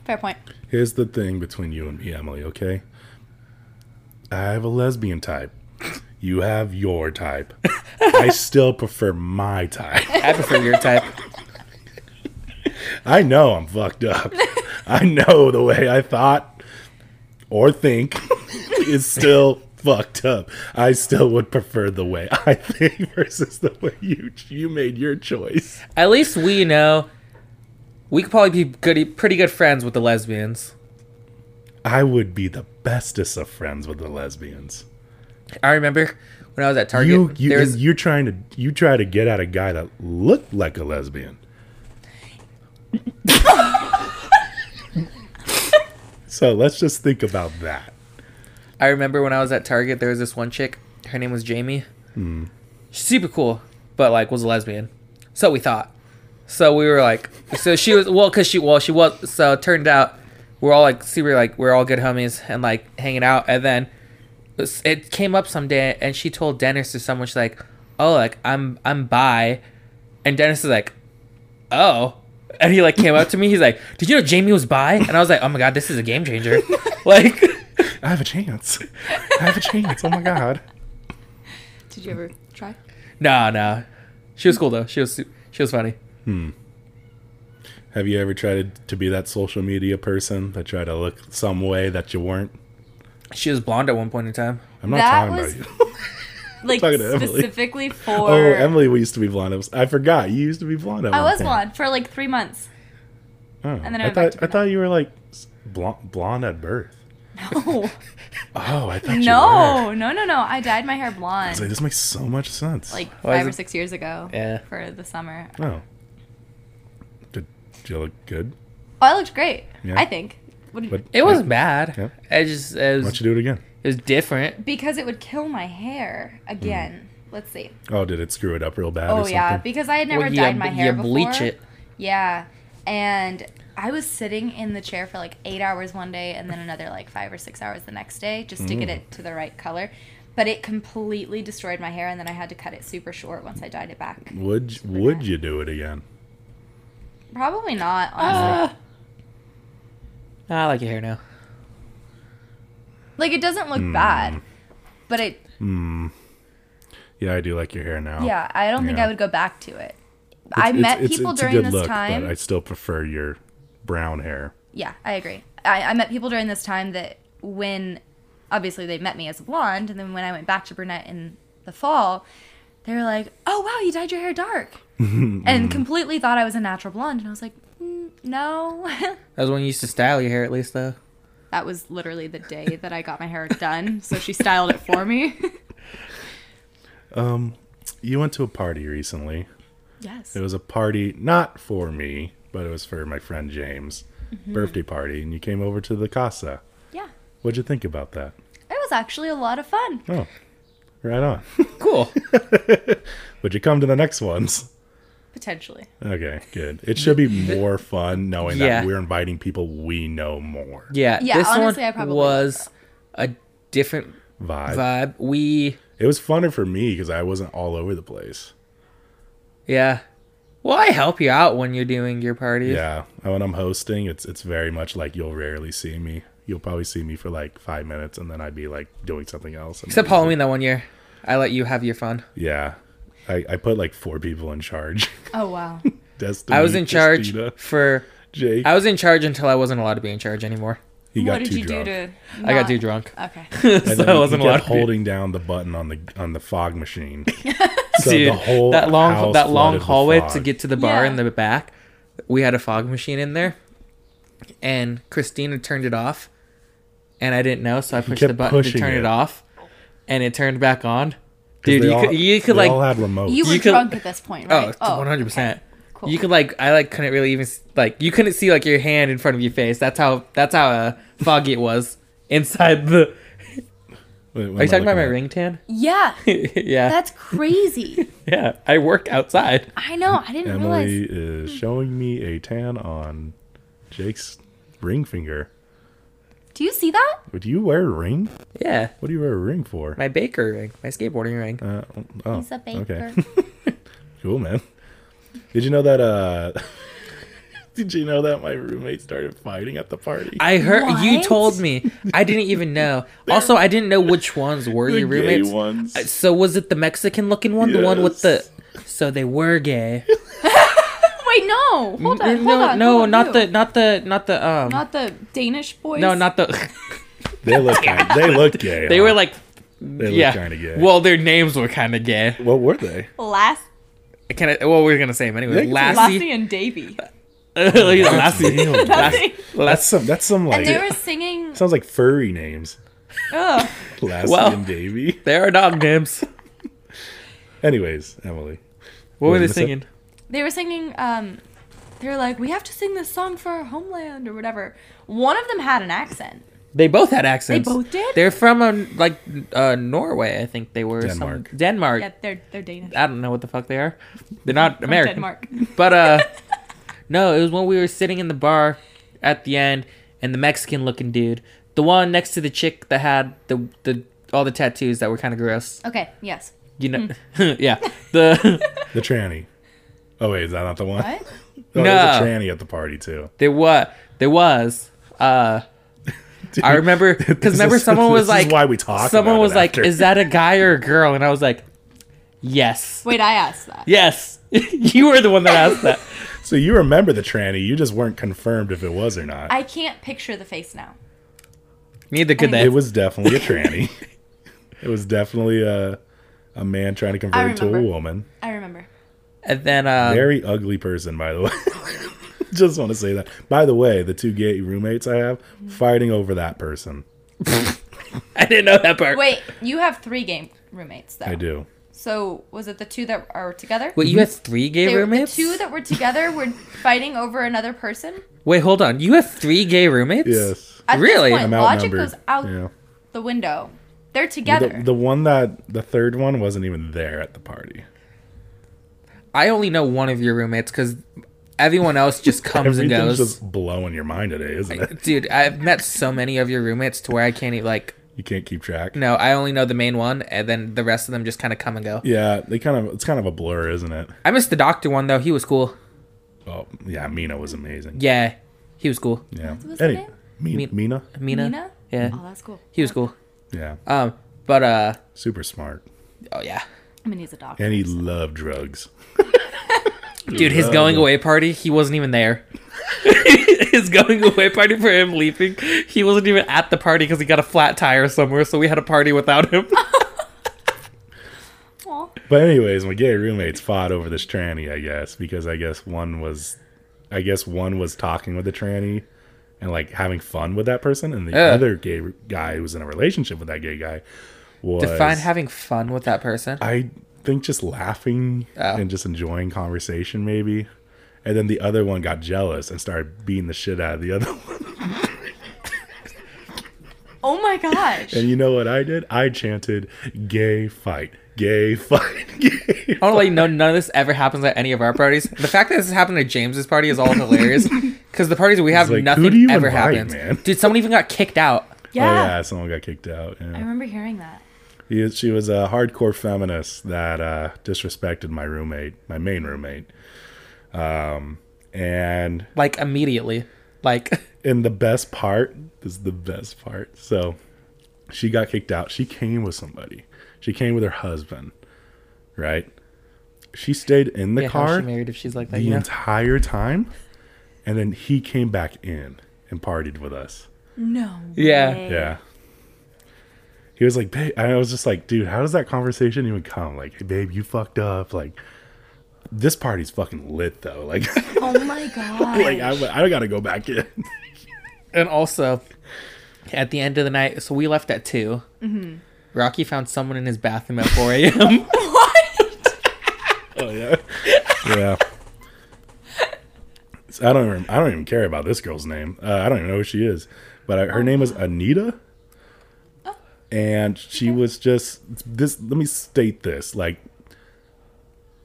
Speaker 2: Fair point.
Speaker 3: Here's the thing between you and me, Emily, okay? I have a lesbian type. You have your type. I still prefer my type.
Speaker 1: I prefer your type.
Speaker 3: I know I'm fucked up. I know the way I thought or think is still fucked up. I still would prefer the way I think versus the way you you made your choice.
Speaker 1: At least we know we could probably be good, pretty good friends with the lesbians.
Speaker 3: I would be the bestest of friends with the lesbians.
Speaker 1: I remember when I was at Target.
Speaker 3: You you
Speaker 1: there's
Speaker 3: you're trying to you try to get at a guy that looked like a lesbian. so let's just think about that.
Speaker 1: I remember when I was at Target, there was this one chick. Her name was Jamie. Super cool, but like was a lesbian. So we thought. So we were like, so she was well, cause she well she was. So it turned out we're all like super like we're all good homies and like hanging out. And then s- it came up someday, and she told Dennis or someone she's like, oh like I'm I'm bi, and Dennis is like, oh. And he like came up to me. He's like, "Did you know Jamie was bi?" And I was like, "Oh my god, this is a game changer!" like,
Speaker 3: I have a chance. I have a chance. Oh my god.
Speaker 2: Did you ever try?
Speaker 1: No, no. She was cool though. She was su- she was funny.
Speaker 3: Have you ever tried to be that social media person that tried to look some way that you weren't?
Speaker 1: She was blonde at one point in time.
Speaker 3: I'm not
Speaker 2: That
Speaker 3: talking
Speaker 2: was-
Speaker 3: about you.
Speaker 2: Like
Speaker 3: Talking to Emily.
Speaker 2: specifically for.
Speaker 3: Oh, Emily, we used to be blonde. I was- I forgot you used to be blonde. At
Speaker 2: I
Speaker 3: one
Speaker 2: was
Speaker 3: point.
Speaker 2: blonde for like three months.
Speaker 3: Oh.
Speaker 2: then I
Speaker 3: I
Speaker 2: went back
Speaker 3: thought
Speaker 2: to
Speaker 3: I thought you were like blonde, blonde at birth.
Speaker 2: No,
Speaker 3: Oh, I thought you were.
Speaker 2: no, no, no, no. I dyed my hair
Speaker 3: It's like
Speaker 2: blonde
Speaker 3: this makes so much sense.
Speaker 2: like
Speaker 1: Why is
Speaker 2: five or
Speaker 1: it-
Speaker 2: six years ago.
Speaker 1: Yeah.
Speaker 2: For the summer,
Speaker 3: oh, did, did you look good?
Speaker 2: oh, I looked great.
Speaker 3: Yeah.
Speaker 2: I think. What did-
Speaker 3: But
Speaker 1: It wasn't bad.
Speaker 3: Yeah.
Speaker 1: It just it
Speaker 3: Why
Speaker 1: was,
Speaker 3: don't you do it again?
Speaker 1: it was different.
Speaker 2: because it would kill my hair
Speaker 3: Hmm.
Speaker 2: again. Let's see.
Speaker 3: Oh, did it screw it up real bad? or
Speaker 2: Oh
Speaker 3: something?
Speaker 2: yeah, because I had never
Speaker 1: Well,
Speaker 2: dyed my hair
Speaker 1: you
Speaker 2: before.
Speaker 1: bleach it.
Speaker 2: Yeah, and I was sitting in the chair for like eight hours one day, and then another like five or six hours the next day, just to get
Speaker 3: Mm.
Speaker 2: it to the right color. But it completely destroyed my hair, and then I had to cut it super short once I dyed it back.
Speaker 3: Would would you do it again?
Speaker 2: Probably not, honestly.
Speaker 1: I like your hair now.
Speaker 3: Ah.
Speaker 2: like it doesn't look bad,
Speaker 3: Mm.
Speaker 2: but it.
Speaker 3: Yeah, I do like your hair now.
Speaker 2: Yeah, I don't think
Speaker 3: Yeah.
Speaker 2: I would go back to it.
Speaker 3: It's-
Speaker 2: I
Speaker 3: it's-
Speaker 2: met
Speaker 3: it's-
Speaker 2: people
Speaker 3: it's a
Speaker 2: during
Speaker 3: good
Speaker 2: this
Speaker 3: look,
Speaker 2: time.
Speaker 3: but I still prefer your brown hair.
Speaker 2: Yeah, I agree. I, I met people during this time that when obviously they met me as a blonde, and then when I went back to brunette in the fall, they were like, "Oh wow, you dyed your hair dark," and completely thought I was a natural blonde, and I was like, "Mm, "No."
Speaker 1: That was when you used to style your hair at least though.
Speaker 2: that was literally the day that I got my hair done, so she styled it for me.
Speaker 3: You went to a party recently.
Speaker 2: yes.
Speaker 3: It was a party not for me, but it was for my friend James'
Speaker 2: Mm-hmm.
Speaker 3: birthday party, and you came over to the casa.
Speaker 2: Yeah.
Speaker 3: What'd you think about that?
Speaker 2: It was actually a lot of fun.
Speaker 3: Oh, right on.
Speaker 1: Cool.
Speaker 3: Would you come to the next ones?
Speaker 2: Potentially.
Speaker 3: Okay, good. It should be more fun knowing
Speaker 1: Yeah.
Speaker 3: that we're inviting people we know more.
Speaker 1: Yeah.
Speaker 2: Yeah,
Speaker 1: This
Speaker 2: honestly,
Speaker 1: one
Speaker 2: I probably
Speaker 1: was a different
Speaker 3: Vibe.
Speaker 1: vibe. We
Speaker 3: It was funner for me because I wasn't all over the place.
Speaker 1: yeah. Well, I help you out when you're doing your parties.
Speaker 3: Yeah, and when I'm hosting, it's it's very much like you'll rarely see me. You'll probably see me for like five minutes, and then I'd be like doing something else. and-
Speaker 1: Except Halloween that one year, I let you have your fun.
Speaker 3: Yeah, I, I put like four people in charge.
Speaker 2: Oh wow.
Speaker 3: Destiny,
Speaker 1: I was in charge
Speaker 3: Christina,
Speaker 1: for.
Speaker 3: Jake,
Speaker 1: I was in charge until I wasn't allowed to be in charge anymore.
Speaker 3: he got
Speaker 2: what did
Speaker 3: too
Speaker 2: you
Speaker 3: drunk.
Speaker 2: do to?
Speaker 1: I got
Speaker 2: not-
Speaker 1: too drunk,
Speaker 2: Okay.
Speaker 3: And
Speaker 1: so
Speaker 3: then
Speaker 1: I
Speaker 3: he
Speaker 1: wasn't
Speaker 3: kept
Speaker 1: allowed. to be-
Speaker 3: holding down the button on the on the fog machine. so
Speaker 1: Dude,
Speaker 3: the whole
Speaker 1: that long
Speaker 3: house
Speaker 1: that long
Speaker 3: flooded with
Speaker 1: hallway to
Speaker 3: fog.
Speaker 1: get to the bar
Speaker 2: Yeah.
Speaker 1: in the back, we had a fog machine in there, and Christina turned it off, and I didn't know, so I pushed the
Speaker 3: kept
Speaker 1: button to
Speaker 3: pushing
Speaker 1: turn it.
Speaker 3: it.
Speaker 1: off, and it turned back on.
Speaker 3: 'Cause
Speaker 1: Dude,
Speaker 3: they
Speaker 1: you
Speaker 3: all-
Speaker 1: could you could
Speaker 3: they
Speaker 1: like
Speaker 3: all had remotes.
Speaker 2: You were
Speaker 1: could-
Speaker 2: drunk at this point,
Speaker 1: oh
Speaker 2: right?
Speaker 1: 100 percent.
Speaker 2: cool.
Speaker 1: You could like I like couldn't really even s- like you couldn't see like your hand in front of your face. That's how that's how uh, foggy it was inside the Are you talking about my ring tan?
Speaker 2: Yeah,
Speaker 1: yeah.
Speaker 2: that's crazy.
Speaker 1: yeah. I work outside.
Speaker 2: I know. I didn't
Speaker 3: Emily
Speaker 2: realize.
Speaker 3: is showing me a tan on Jake's ring finger.
Speaker 2: Do you see that?
Speaker 3: Would you wear a ring?
Speaker 1: Yeah.
Speaker 3: What do you wear a ring for?
Speaker 1: My baker ring. My skateboarding ring.
Speaker 3: Uh, oh,
Speaker 2: He's a baker.
Speaker 3: Okay. Cool, man. Did you know that? uh Did you know that my roommate started fighting at the party?
Speaker 1: I heard you
Speaker 2: What?
Speaker 1: told me. I didn't even know. also, I didn't know which ones were
Speaker 3: the
Speaker 1: your
Speaker 3: gay
Speaker 1: roommates.
Speaker 3: ones.
Speaker 1: Uh, So was it the Mexican looking one? The one with the
Speaker 3: Yes.
Speaker 1: So they were gay.
Speaker 2: Wait, no.
Speaker 1: no,
Speaker 2: Hold on. hold on.
Speaker 1: no,
Speaker 2: hold on,
Speaker 1: not
Speaker 2: you.
Speaker 1: the not the not the um
Speaker 2: not the Danish boys.
Speaker 1: No, not the
Speaker 3: They look. they look gay.
Speaker 1: They
Speaker 3: huh?
Speaker 1: were like
Speaker 3: They look
Speaker 1: yeah.
Speaker 3: kind of gay.
Speaker 1: Well, their names were kind of gay.
Speaker 3: what were they?
Speaker 2: last
Speaker 1: I kind of well, we are gonna say them anyway.
Speaker 3: Yeah,
Speaker 1: Lassie,
Speaker 2: Lassie and Davy.
Speaker 1: Lassie, Lassie,
Speaker 3: Damn, dude.
Speaker 2: Lassie.
Speaker 3: that's some. That's some like.
Speaker 2: And they were singing.
Speaker 3: sounds like furry names.
Speaker 2: Ugh.
Speaker 3: Lassie
Speaker 1: Oh. Well-
Speaker 3: and Davy.
Speaker 1: They are dog names.
Speaker 3: Anyways, Emily.
Speaker 1: What were
Speaker 3: Wait,
Speaker 1: they
Speaker 3: what's that?
Speaker 1: singing?
Speaker 2: They were singing. Um, they were like, we have to sing this song for our homeland or whatever. One of them had an accent.
Speaker 1: They both had accents.
Speaker 2: both did?
Speaker 1: They're from um, like uh, Norway, I think they were. some-
Speaker 3: Denmark.
Speaker 1: Denmark.
Speaker 2: Yeah, they're they're Danish.
Speaker 1: I don't know what the fuck they are. They're not American.
Speaker 2: Denmark.
Speaker 1: But uh, no, it was when we were sitting in the bar at the end, and the Mexican-looking dude, the one next to the chick that had the the all the tattoos that were kind of gross.
Speaker 2: Okay. Yes.
Speaker 1: You know,
Speaker 2: Hmm.
Speaker 1: yeah. The
Speaker 3: The tranny. Oh wait, is that not the one?
Speaker 2: What?
Speaker 3: Oh, there's a
Speaker 1: No.
Speaker 3: tranny at the party too.
Speaker 1: there was there was uh. I remember because
Speaker 3: This
Speaker 1: remember
Speaker 3: is-
Speaker 1: someone was
Speaker 3: this
Speaker 1: like
Speaker 3: is why we talk
Speaker 1: Someone
Speaker 3: about
Speaker 1: was
Speaker 3: it
Speaker 1: like,
Speaker 3: after.
Speaker 1: "Is that a guy or a girl?" And I was like, "Yes,
Speaker 2: Wait, I asked that.
Speaker 1: yes." you were the one that asked that.
Speaker 3: So you remember the tranny? You just weren't confirmed if it was or not.
Speaker 2: I can't picture the face now.
Speaker 1: Neither could they.
Speaker 3: It was definitely a tranny. it was definitely a a man trying to
Speaker 2: I
Speaker 3: convert it to a
Speaker 2: remember. Um,
Speaker 3: woman.
Speaker 2: I remember.
Speaker 1: And then uh,
Speaker 3: Very ugly person, by the way. Just want to say that. By the way, the two gay roommates I have fighting over that person.
Speaker 1: I didn't know that part.
Speaker 2: Wait, you have three game roommates though.
Speaker 3: I do.
Speaker 2: So was it the two that are together?
Speaker 1: Wait, you had three gay
Speaker 2: They-
Speaker 1: roommates?
Speaker 2: The two that were together were fighting over another person.
Speaker 1: Wait, hold on. You have three gay roommates?
Speaker 3: Yes,
Speaker 2: At this
Speaker 1: Really?
Speaker 2: point,
Speaker 3: I'm
Speaker 2: logic
Speaker 3: outnumbered.
Speaker 2: goes out
Speaker 3: Yeah.
Speaker 2: the window. They're
Speaker 3: The,
Speaker 2: together.
Speaker 3: the one that the third one wasn't even there at the party.
Speaker 1: I only know one of your roommates because everyone else just comes and
Speaker 3: Everything's
Speaker 1: goes.
Speaker 3: just blowing your mind today, isn't it?
Speaker 1: Dude, I've met so many of your roommates to where I can't even like.
Speaker 3: You can't keep track.
Speaker 1: No, I only know the main one, and then the rest of them just kind of come and go.
Speaker 3: Yeah, they kind of it's kind of a blur, isn't it?
Speaker 1: I missed the doctor one though. He was cool.
Speaker 3: Oh, yeah, Mina was amazing.
Speaker 1: Yeah, he was cool.
Speaker 3: Yeah.
Speaker 2: What was her
Speaker 3: Any,
Speaker 2: name?
Speaker 3: Mi-
Speaker 1: Min-
Speaker 3: Mina?
Speaker 1: Mina.
Speaker 2: Nina?
Speaker 1: Yeah,
Speaker 2: Oh, that's cool.
Speaker 1: he was cool.
Speaker 3: Yeah.
Speaker 1: Um, but uh,
Speaker 3: Super smart.
Speaker 1: oh yeah,
Speaker 2: I mean, he's a doctor.
Speaker 3: And he loved drugs.
Speaker 1: dude, his
Speaker 3: Love
Speaker 1: going
Speaker 3: it.
Speaker 1: away party, he wasn't even there. his going away party for him leaving, he wasn't even at the party because he got a flat tire somewhere. So we had a party without him.
Speaker 2: Aw.
Speaker 3: But anyways, my gay roommates fought over this tranny, I guess, because I guess one was I guess one was talking with the tranny and like having fun with that person and the
Speaker 1: Yeah.
Speaker 3: other gay r- guy who was in a relationship with that gay guy was
Speaker 1: Define having fun with that person.
Speaker 3: I think just laughing
Speaker 1: Oh.
Speaker 3: and just enjoying conversation, maybe. And then the other one got jealous and started beating the shit out of the other one.
Speaker 2: Oh my gosh.
Speaker 3: And you know what I did? I chanted, gay fight, gay fight, gay.
Speaker 1: I
Speaker 2: Oh,
Speaker 1: want to let you know none of this ever happens at any of our parties. The fact that this happened at James's party is all hilarious because the parties we have,
Speaker 3: like, who do
Speaker 1: nothing
Speaker 3: you
Speaker 1: ever
Speaker 3: invite,
Speaker 1: happens.
Speaker 3: man?
Speaker 1: Dude, someone even got kicked out.
Speaker 2: yeah.
Speaker 3: Oh, yeah, someone got kicked out.
Speaker 2: I
Speaker 3: Yeah.
Speaker 2: remember hearing that.
Speaker 3: He- she was a hardcore feminist that uh, disrespected my roommate, my main roommate. Um, and
Speaker 1: Like immediately. Like
Speaker 3: and the best part this is the best part so she got kicked out she came with somebody she came with her husband right she stayed in the
Speaker 1: yeah, how's
Speaker 3: car
Speaker 1: she married if she's like that?
Speaker 3: the
Speaker 1: You know?
Speaker 3: entire time and then he came back in and partied with us
Speaker 2: No.
Speaker 1: Yeah.
Speaker 2: way.
Speaker 3: yeah he was like babe i was just like dude how does that conversation even come like hey, babe you fucked up like this party's fucking lit though like
Speaker 2: Oh my god.
Speaker 3: like I, I gotta go back in
Speaker 1: And also, at the end of the night, so we left at 2. Rocky found someone in his bathroom at 4 a.m.
Speaker 3: Oh yeah. yeah. So I don't even, I don't even care about this girl's name. Uh, I don't even know who she is, but I, her name is Anita. and she was just this let me state this like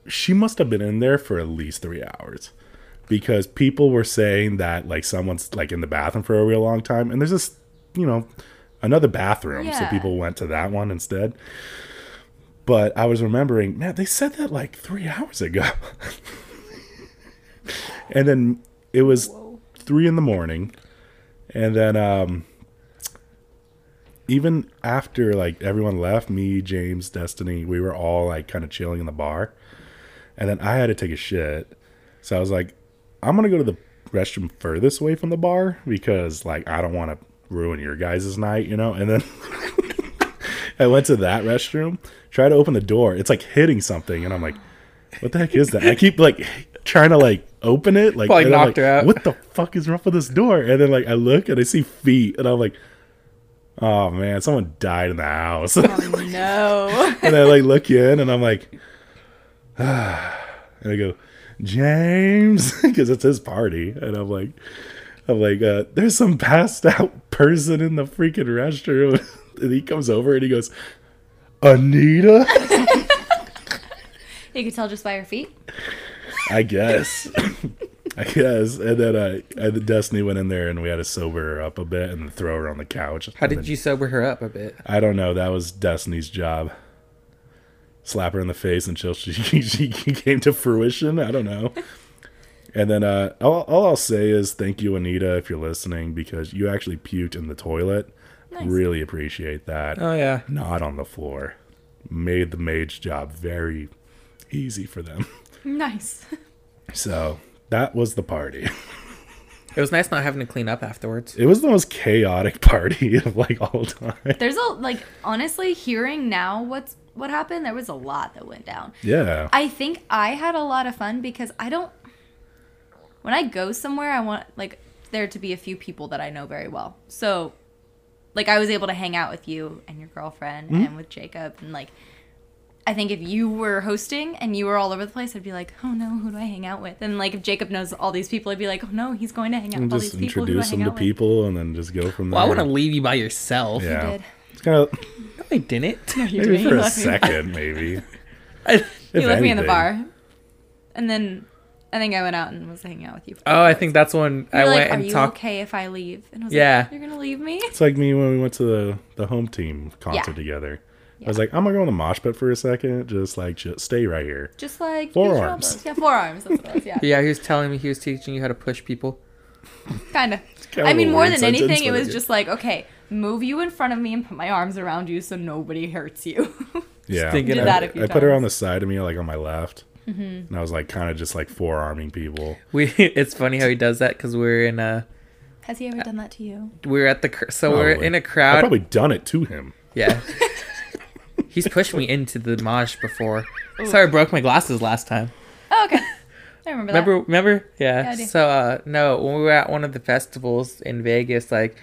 Speaker 3: she must have been in there for at least three hours because people were saying that like someone's like in the bathroom for a real long time and there's this you know another bathroom so
Speaker 2: Yeah.
Speaker 3: people went to that one instead but i was remembering man they said that like three hours ago and then it was three in the morning and then um even after like everyone left me james destiny we were all like kind of chilling in the bar and then i had to take a shit so i was like i'm gonna go to the restroom furthest away from the bar because like i don't want to ruin your guys' night you know and then i went to that restroom try to open the door it's like hitting something and i'm like what the heck is that i keep like trying to like open it like,
Speaker 1: Probably
Speaker 3: and I'm
Speaker 1: knocked
Speaker 3: like,
Speaker 1: her out.
Speaker 3: what the fuck is wrong with this door and then like i look and i see feet and i'm like oh man someone died in the house
Speaker 2: Oh, no.
Speaker 3: and I like look in and I'm like, and I go, James, because it's his party, and I'm like, I'm like, uh, there's some passed out person in the freaking restroom, and he comes over and he goes, Anita,
Speaker 2: you could tell just by her feet.
Speaker 3: I guess. I guess, and then uh, I, Destiny went in there, and we had to sober her up a bit and throw her on the couch.
Speaker 1: How did you sober her up a bit?
Speaker 3: I don't know. That was Destiny's job. Slap her in the face until she she came to fruition. I don't know. And then uh, all, all I'll say is thank you, Anita, if you're listening, because you actually puked in the toilet. Really appreciate that.
Speaker 1: Oh yeah.
Speaker 3: Not on the floor. Made the maid's job very easy for them.
Speaker 2: Nice.
Speaker 3: So that was the party.
Speaker 1: It was nice not having to clean up afterwards.
Speaker 3: It was the most chaotic party of like all time.
Speaker 2: There's a like honestly hearing now what's what happened, there was a lot that went down.
Speaker 3: Yeah.
Speaker 2: I think I had a lot of fun because I don't when I go somewhere I want like there to be a few people that I know very well. So like I was able to hang out with you and your girlfriend
Speaker 3: Hmm?
Speaker 2: and with Jacob and like I think if you were hosting and you were all over the place, I'd be like, "Oh no, who do I hang out with?" And like if Jacob knows all these people, I'd be like, "Oh no, he's going to hang out with all these
Speaker 3: just
Speaker 2: people." Who do I
Speaker 3: introduce
Speaker 2: hang
Speaker 3: them to
Speaker 2: out with?"
Speaker 3: people and then just go from there.
Speaker 1: Well, I want to leave you by yourself.
Speaker 2: I
Speaker 3: Yeah.
Speaker 2: did.
Speaker 3: It's kind of
Speaker 1: No, I didn't.
Speaker 2: You
Speaker 3: Maybe
Speaker 2: did.
Speaker 3: for
Speaker 2: You
Speaker 3: a
Speaker 2: left me-
Speaker 3: second, maybe.
Speaker 1: I-
Speaker 2: You
Speaker 3: If
Speaker 2: left me in the
Speaker 3: anything.
Speaker 2: bar, and then I think I went out and was hanging out with you.
Speaker 1: oh, I think that's when
Speaker 2: You
Speaker 1: I went
Speaker 2: were like, "Are
Speaker 1: and
Speaker 2: you
Speaker 1: talked.
Speaker 2: okay if I leave?" And I was
Speaker 1: Yeah.
Speaker 2: like, "You're gonna leave me?"
Speaker 3: It's like me when we went to the, the home team concert together. I was like, I'm gonna go in the mosh pit for a second, just like just stay right here.
Speaker 2: Just like
Speaker 3: Forearms.
Speaker 2: use your elbows. Yeah, forearms. That's what it was. Yeah,
Speaker 1: Yeah, he was telling me he was teaching you how to push people.
Speaker 2: kind of.
Speaker 3: kinda
Speaker 2: I mean,
Speaker 3: a
Speaker 2: more
Speaker 3: weird
Speaker 2: than anything,
Speaker 3: sentence,
Speaker 2: it
Speaker 3: but
Speaker 2: was
Speaker 3: it-
Speaker 2: just like, okay, move you in front of me and put my arms around you so nobody hurts you.
Speaker 3: Yeah,
Speaker 1: thinking
Speaker 2: Did
Speaker 1: of-
Speaker 2: that a
Speaker 3: I
Speaker 2: few
Speaker 3: put her
Speaker 2: times.
Speaker 3: on
Speaker 2: Mm-hmm.
Speaker 3: the side of me, like on my left, and I was like kind of just like forearming people.
Speaker 1: We. It's funny how he does that because we're in a
Speaker 2: Has he ever done that to you?
Speaker 1: we're at the cr- so we're
Speaker 3: Probably.
Speaker 1: in a
Speaker 3: I
Speaker 1: crowd.
Speaker 3: probably done it to him.
Speaker 1: Yeah. He's pushed me into the mosh before. Sorry, I broke my glasses last time.
Speaker 2: Oh, okay. I remember, that.
Speaker 1: Remember? Remember?
Speaker 2: Yeah,
Speaker 1: Yeah.
Speaker 2: I do.
Speaker 1: so, uh, no, when we were at one of the festivals in Vegas, like,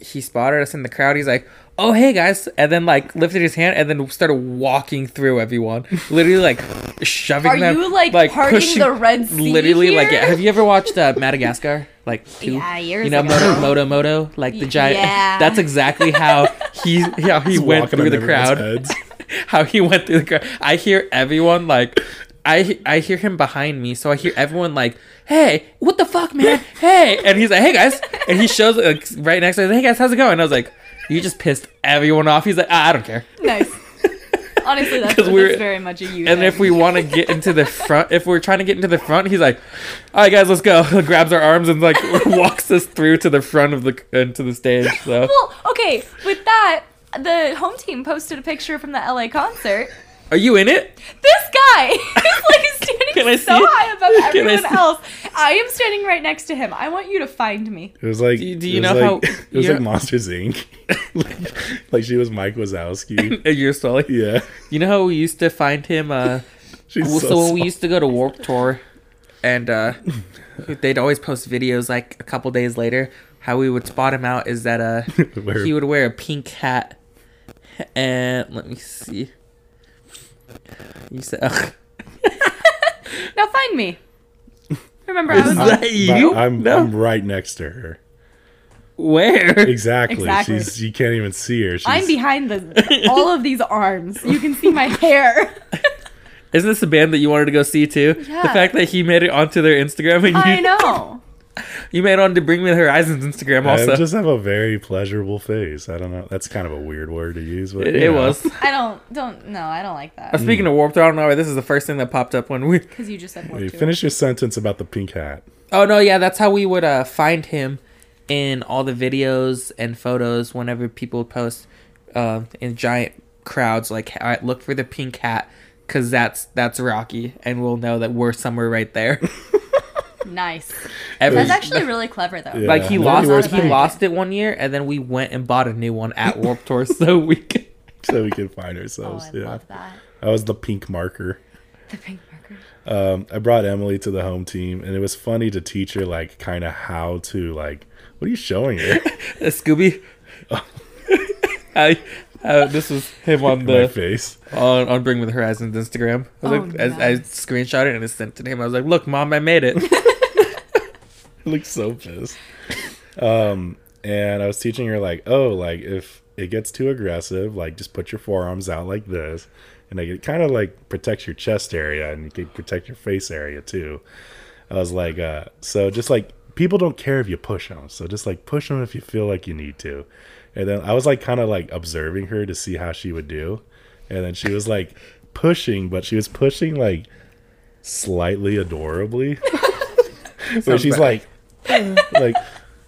Speaker 1: he spotted us in the crowd. He's like, "Oh, hey guys!" and then like lifted his hand and then started walking through everyone, literally like shoving
Speaker 2: Are
Speaker 1: them.
Speaker 2: you, like, parting the Red Sea
Speaker 1: Literally, like,
Speaker 2: here?
Speaker 1: yeah. have you ever watched uh, Madagascar? Like, two?
Speaker 2: Yeah, years
Speaker 1: You know,
Speaker 2: ago.
Speaker 1: Moto, Moto, Moto, like the giant.
Speaker 2: Yeah.
Speaker 1: That's exactly how he how he went
Speaker 3: Walking
Speaker 1: through
Speaker 3: on
Speaker 1: the
Speaker 3: everyone's
Speaker 1: crowd
Speaker 3: heads.
Speaker 1: how he went through the crowd. I hear everyone like, I I hear him behind me, so I hear everyone like, "Hey, what the fuck, man? Hey!" And he's like, "Hey guys," and he shows like right next to us, "Hey guys, how's it going?" And I was like, "You just pissed everyone off." He's like, ah, "I don't care."
Speaker 2: Nice. Honestly, that's,
Speaker 1: 'Cause
Speaker 2: that's
Speaker 1: we're-
Speaker 2: very much a you.
Speaker 1: And
Speaker 2: thing.
Speaker 1: if we want to get into the front, if we're trying to get into the front, he's like, "All right, guys, let's go." Grabs our arms and like walks us through to the front of the into the stage. So,
Speaker 2: well, okay, with that, the home team posted a picture from the LA concert.
Speaker 1: are you in it?
Speaker 2: this guy is like standing
Speaker 1: Can I
Speaker 2: so
Speaker 1: see?
Speaker 2: high above
Speaker 1: Can I
Speaker 2: everyone
Speaker 1: see?
Speaker 2: else. I am standing right next to him. I want you to find me.
Speaker 3: It was like
Speaker 1: Do you- do
Speaker 3: it
Speaker 1: you
Speaker 3: was
Speaker 1: know
Speaker 3: like-
Speaker 1: how-
Speaker 3: it was
Speaker 1: you
Speaker 3: like
Speaker 1: know-
Speaker 3: Monsters Inc. like, like she was Mike Wazowski.
Speaker 1: You're slowly.
Speaker 3: yeah,
Speaker 1: You know how we used to find him. uh
Speaker 3: she's
Speaker 1: Well,
Speaker 3: so,
Speaker 1: so when we
Speaker 3: small.
Speaker 1: used to go to Warp Tour, and uh, they'd always post videos like a couple days later. How we would spot him out is that uh,
Speaker 3: Where-
Speaker 1: he would wear a pink hat, and let me see. You said, ugh.
Speaker 2: Now find me. Remember, I
Speaker 1: "Is
Speaker 2: was
Speaker 1: that
Speaker 3: But
Speaker 1: you?"
Speaker 3: I'm,
Speaker 1: no,
Speaker 3: I'm right next to her.
Speaker 1: Where?
Speaker 3: Exactly.
Speaker 2: Exactly.
Speaker 3: She's you can't even see her. She's,
Speaker 2: I'm behind the all of these arms. You can see my hair.
Speaker 1: Isn't this the band that you wanted to go see too?
Speaker 2: Yeah.
Speaker 1: The fact that he made it onto their Instagram and
Speaker 2: I
Speaker 1: you,
Speaker 2: know.
Speaker 1: you made it onto Bring Me the Horizon's Instagram
Speaker 3: I
Speaker 1: also.
Speaker 3: just have a very pleasurable face. I don't know. That's kind of a weird word to use, but
Speaker 1: it,
Speaker 3: you
Speaker 1: it
Speaker 3: know.
Speaker 1: was.
Speaker 2: I don't. Don't. No, I don't like that
Speaker 1: Speaking of warped, I don't know why this is the first thing that popped up when we.
Speaker 2: because you just said more
Speaker 3: Hey,
Speaker 2: too.
Speaker 3: finish your sentence about the pink hat.
Speaker 1: Oh no, yeah, that's how we would uh, find him in all the videos and photos whenever people post uh, in giant crowds. Like, all right, look for the pink hat because that's that's Rocky, and we'll know that we're somewhere right there.
Speaker 2: Nice.
Speaker 1: Every,
Speaker 2: That's actually really clever though.
Speaker 3: Yeah.
Speaker 1: like he
Speaker 3: nobody
Speaker 1: lost
Speaker 2: wears
Speaker 1: he
Speaker 2: pink.
Speaker 1: lost it one year, and then we went and bought a new one at Warped Tour so we could.
Speaker 3: So we can find
Speaker 2: Oh,
Speaker 3: ourselves.
Speaker 2: I
Speaker 3: yeah.
Speaker 2: love that.
Speaker 3: That was the pink marker.
Speaker 2: The pink marker.
Speaker 3: um, I brought Emily to the home team, and it was funny to teach her like kind of how to like. What are you showing her?
Speaker 1: Uh, Scooby. I, uh, this was Oh. him on
Speaker 3: In my
Speaker 1: the
Speaker 3: face.
Speaker 1: on, on Bring Me the Horizon's Instagram. I was
Speaker 2: Oh,
Speaker 1: like, I, I
Speaker 2: nice.
Speaker 1: screenshot it and I sent it to him. I was like, "Look, mom, I made it."
Speaker 3: I look so pissed. Um, and I was teaching her like, oh, like if it gets too aggressive, like just put your forearms out like this, and like, it kind of like protects your chest area and you can protect your face area too. I was like, uh, so just like people don't care if you push them, so just like push them if you feel like you need to. And then I was like, kind of like observing her to see how she would do, and then she was like pushing, but she was pushing like slightly adorably. But
Speaker 1: Sounds
Speaker 3: she's
Speaker 1: bad.
Speaker 3: like, like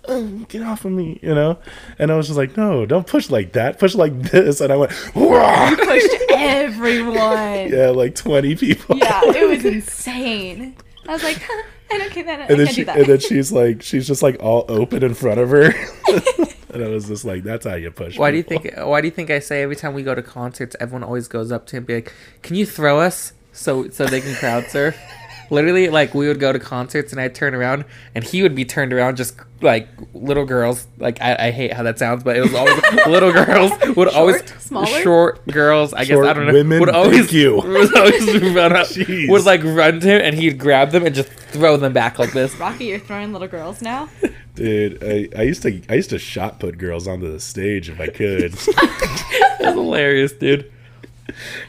Speaker 3: "Ugh, get off of me you know and i was just like no don't push like that push like this and i went "Wah!"
Speaker 2: Pushed everyone.
Speaker 3: yeah like 20 people
Speaker 2: Yeah, it was insane. I was like, huh, I don't get that. I
Speaker 3: and then
Speaker 2: can't
Speaker 3: she
Speaker 2: do that.
Speaker 3: and then she's like she's just like all open in front of her and i was just like that's how you push
Speaker 1: Why do you
Speaker 3: people.
Speaker 1: think? Why do you think I say every time we go to concerts, everyone always goes up to him and be like, "Can you throw us so so they can crowd surf?" Literally, like we would go to concerts and I'd turn around and he would be turned around, just like little girls. Like I, I hate how that sounds, but it was always little girls would always
Speaker 2: Smaller?
Speaker 1: short girls. I
Speaker 3: Short
Speaker 1: guess I don't know.
Speaker 3: women,
Speaker 1: would
Speaker 3: thank
Speaker 1: always
Speaker 3: you.
Speaker 1: would always run up,
Speaker 3: Jeez.
Speaker 1: would like run to him and he'd grab them and just throw them back like this.
Speaker 2: Rocky, you're throwing little girls now.
Speaker 3: dude I, I used to i used to shot put girls onto the stage if i could
Speaker 1: That's hilarious, dude.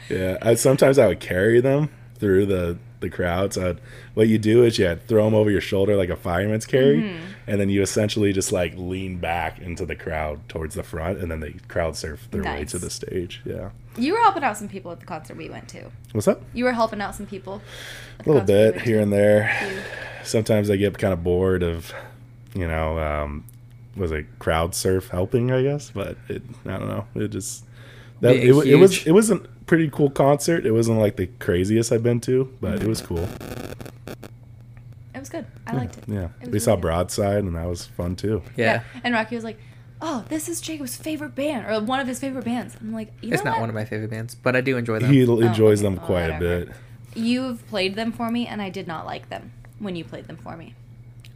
Speaker 3: Yeah, I, sometimes I would carry them through the the crowd. So I'd, what you do is you throw them over your shoulder like a fireman's carry, and then you essentially just like lean back into the crowd towards the front, and then they crowd surf their way to
Speaker 2: Nice.
Speaker 3: the stage. Yeah,
Speaker 2: You were helping out some people at the concert we went to.
Speaker 3: what's up?
Speaker 2: You were helping out some people.
Speaker 3: A little bit here and there. Sometimes I get kind of bored of, you know, um, was it crowd surf helping? I guess, but it, I don't know. It just that
Speaker 1: Big,
Speaker 3: it, wa- it was
Speaker 1: huge.
Speaker 3: it was a pretty cool concert. It wasn't like the craziest I've been to, but it was cool.
Speaker 2: It was good. I liked it.
Speaker 3: Yeah,
Speaker 2: was
Speaker 3: we saw
Speaker 2: really good.
Speaker 3: Broadside, and that was fun too.
Speaker 1: Yeah.
Speaker 2: And Rocky was like, "Oh, this is Jacob's favorite band, or one of his favorite bands." I'm like, you
Speaker 1: It's
Speaker 2: know
Speaker 1: not
Speaker 2: what?
Speaker 1: one of my favorite bands, but I do enjoy them.
Speaker 3: He l- enjoys
Speaker 2: okay.
Speaker 3: them
Speaker 2: Oh,
Speaker 3: quite a
Speaker 2: whatever.
Speaker 3: bit.
Speaker 2: You've played them for me, and I did not like them when you played them for me.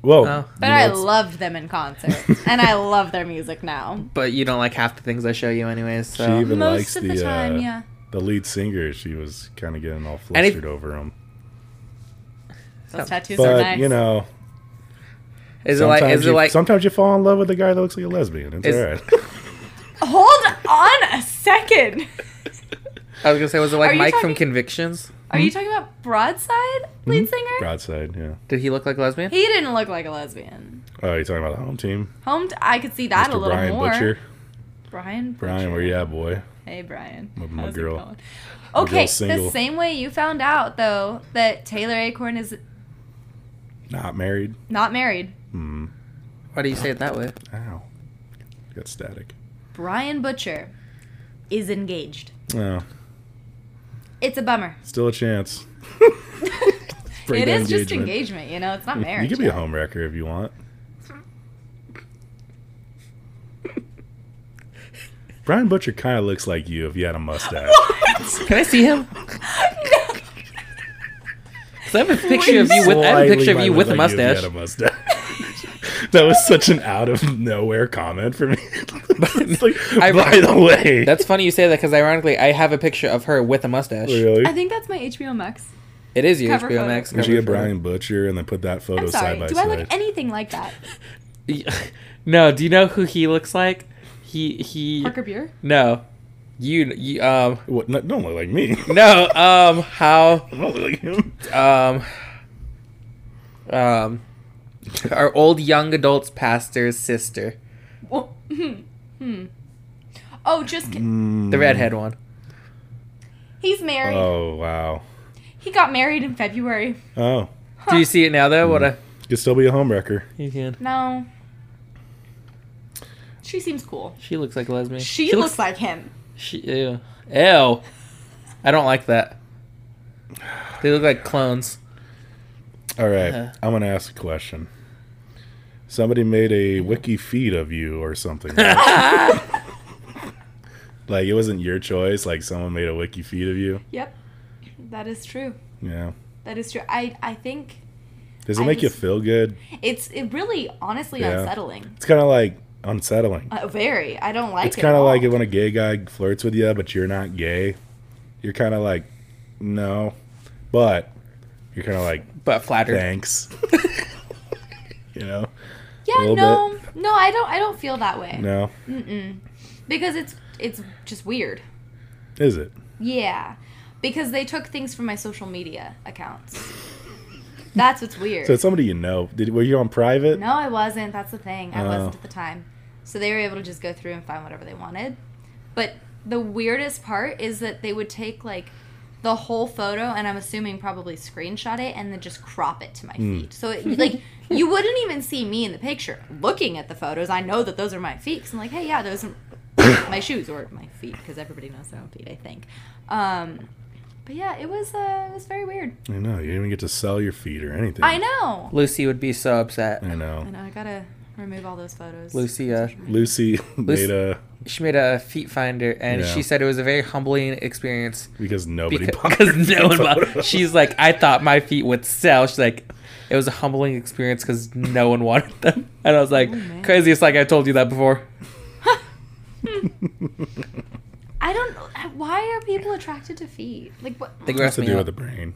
Speaker 3: Whoa!
Speaker 1: Oh.
Speaker 2: But I loved them in concert, and I love their music now.
Speaker 1: but you don't like half the things I show you, anyways.
Speaker 3: She
Speaker 1: So
Speaker 3: even
Speaker 2: Most
Speaker 3: likes
Speaker 2: of the, time,
Speaker 3: uh,
Speaker 2: yeah.
Speaker 3: the lead singer. She was kind of getting all
Speaker 1: And it-
Speaker 3: flustered over him.
Speaker 2: Those tattoos are
Speaker 3: But
Speaker 2: nice.
Speaker 3: you know,
Speaker 1: is it
Speaker 3: sometimes,
Speaker 1: like is
Speaker 3: you,
Speaker 1: it like
Speaker 3: sometimes you fall in love with a guy that looks like a lesbian. It's all
Speaker 1: Is-
Speaker 3: right.
Speaker 2: Hold on a second.
Speaker 1: I was gonna say was it
Speaker 2: Are
Speaker 1: like
Speaker 2: you
Speaker 1: Mike from
Speaker 2: talking-
Speaker 1: Convictions?
Speaker 2: Are
Speaker 3: Hmm?
Speaker 2: you talking about Broadside lead singer?
Speaker 3: Broadside, yeah.
Speaker 1: Did he look like a lesbian?
Speaker 2: he didn't look like a lesbian.
Speaker 3: Oh, you're talking about the home team,
Speaker 2: Home, t- I could see that a
Speaker 3: Mr.
Speaker 2: little
Speaker 3: Brian
Speaker 2: more.
Speaker 3: Butcher.
Speaker 2: Brian.
Speaker 3: Brian, where you at, boy?
Speaker 2: Hey, Brian.
Speaker 3: my
Speaker 2: How's it
Speaker 3: girl.
Speaker 2: going?
Speaker 3: girl's
Speaker 2: Okay, the
Speaker 3: single.
Speaker 2: same way you found out though that Taylor Acorn is
Speaker 3: Not married.
Speaker 2: not married.
Speaker 3: Hmm.
Speaker 1: Why do you say it that way?
Speaker 3: Ow. Got static.
Speaker 2: Brian Butcher is engaged.
Speaker 3: No,
Speaker 2: It's a bummer.
Speaker 3: still a chance. Break
Speaker 2: It
Speaker 3: the
Speaker 2: is just engagement, you know. It's not marriage.
Speaker 3: You can be a homewrecker if you want. Brian Butcher kind of looks like you if you had a mustache.
Speaker 1: Can I see him? 'Cause I have a picture of you with I have a
Speaker 3: Slightly
Speaker 1: picture of
Speaker 3: might
Speaker 1: you
Speaker 3: look
Speaker 1: with a
Speaker 3: like you if
Speaker 1: mustache.
Speaker 3: you had a mustache. that was such an out of nowhere comment for me. It's like,
Speaker 1: I-
Speaker 3: by the way,
Speaker 1: That's funny you say that because ironically I have a picture of her with a mustache.
Speaker 3: really.
Speaker 2: I think that's my HBO Max.
Speaker 1: It is you,
Speaker 2: Cover
Speaker 1: HBO
Speaker 2: photo.
Speaker 1: Max.
Speaker 3: we should
Speaker 1: cover
Speaker 3: get
Speaker 1: photo.
Speaker 3: Brian Butcher and then put that photo
Speaker 2: I'm
Speaker 3: side
Speaker 2: sorry.
Speaker 3: by
Speaker 2: Do I
Speaker 3: side.
Speaker 2: look anything like that?
Speaker 1: no, do you know who he looks like? He he.
Speaker 2: Parker Beer?
Speaker 1: No, you you um
Speaker 3: What? No, don't look like me.
Speaker 1: no um how
Speaker 3: don't look like him.
Speaker 1: um um our old young adults pastor's sister,
Speaker 2: Well, hmm. Hmm. Oh, just kidding.
Speaker 3: Mm-hmm.
Speaker 1: the redhead one.
Speaker 2: He's married.
Speaker 3: Oh wow.
Speaker 2: He got married in February.
Speaker 3: Oh,
Speaker 1: Do you see it now though? What a
Speaker 3: could still be a homewrecker.
Speaker 1: you can.
Speaker 2: No. She seems cool.
Speaker 1: She looks like a lesbian.
Speaker 2: She, looks, like him.
Speaker 1: She ew. Ew. I don't like that. They look like clones.
Speaker 3: All right,
Speaker 1: Uh-huh.
Speaker 3: I'm gonna ask a question. Somebody made a wiki feed of you or something. right? like it wasn't your choice. Like someone made a wiki feed of you.
Speaker 2: Yep. That is true.
Speaker 3: Yeah.
Speaker 2: That is true. I I think
Speaker 3: Does it
Speaker 2: I
Speaker 3: make you
Speaker 2: just-
Speaker 3: feel good?
Speaker 2: it's it really honestly
Speaker 3: Yeah.
Speaker 2: unsettling.
Speaker 3: It's kind of like unsettling.
Speaker 2: Uh, very. I don't like
Speaker 3: it's
Speaker 2: it.
Speaker 3: kind
Speaker 2: at
Speaker 3: of
Speaker 2: all.
Speaker 3: like when a gay guy flirts with you, but you're not gay. You're kind of like, no, but you're kind of like,
Speaker 1: But flattered.
Speaker 3: thanks. you know?
Speaker 2: Yeah,
Speaker 3: little
Speaker 2: no. No, I don't I don't feel that way.
Speaker 3: No.
Speaker 2: Because it's it's just weird.
Speaker 3: Is it?
Speaker 2: Yeah. Because they took things from my social media accounts. That's what's weird.
Speaker 3: So it's somebody you know. Did were you on private?
Speaker 2: No, I wasn't. That's the thing. I
Speaker 3: Oh.
Speaker 2: wasn't at the time. So they were able to just go through and find whatever they wanted. But the weirdest part is that they would take like the whole photo and I'm assuming probably screenshot it and then just crop it to my feet. So it, like you wouldn't even see me in the picture looking at the photos. I know that those are my feet. 'cause I'm like, hey, yeah, those are my shoes or my feet because everybody knows their own feet. I think. Um, but yeah, it was uh, it was very weird.
Speaker 3: I know. You didn't even get to sell your feet or anything.
Speaker 2: I know.
Speaker 1: Lucy would be so upset.
Speaker 3: I know.
Speaker 2: I know. I gotta remove all those photos.
Speaker 1: Lucy, uh,
Speaker 3: Lucy made a
Speaker 1: she made a feet finder, and
Speaker 3: Yeah.
Speaker 1: she said it was a very humbling experience
Speaker 3: because nobody
Speaker 1: because
Speaker 3: bothered
Speaker 1: no one.
Speaker 3: to
Speaker 1: Bought,
Speaker 3: photo.
Speaker 1: she's like, I thought my feet would sell. She's like, it was a humbling experience because no one wanted them, and I was like,
Speaker 2: Oh, man.
Speaker 1: crazy. It's like I told you that before.
Speaker 2: I don't know. Why are people attracted to feet? Like what?
Speaker 1: They
Speaker 3: has
Speaker 1: grossed
Speaker 3: to
Speaker 1: me
Speaker 3: do
Speaker 1: out.
Speaker 3: with the brain.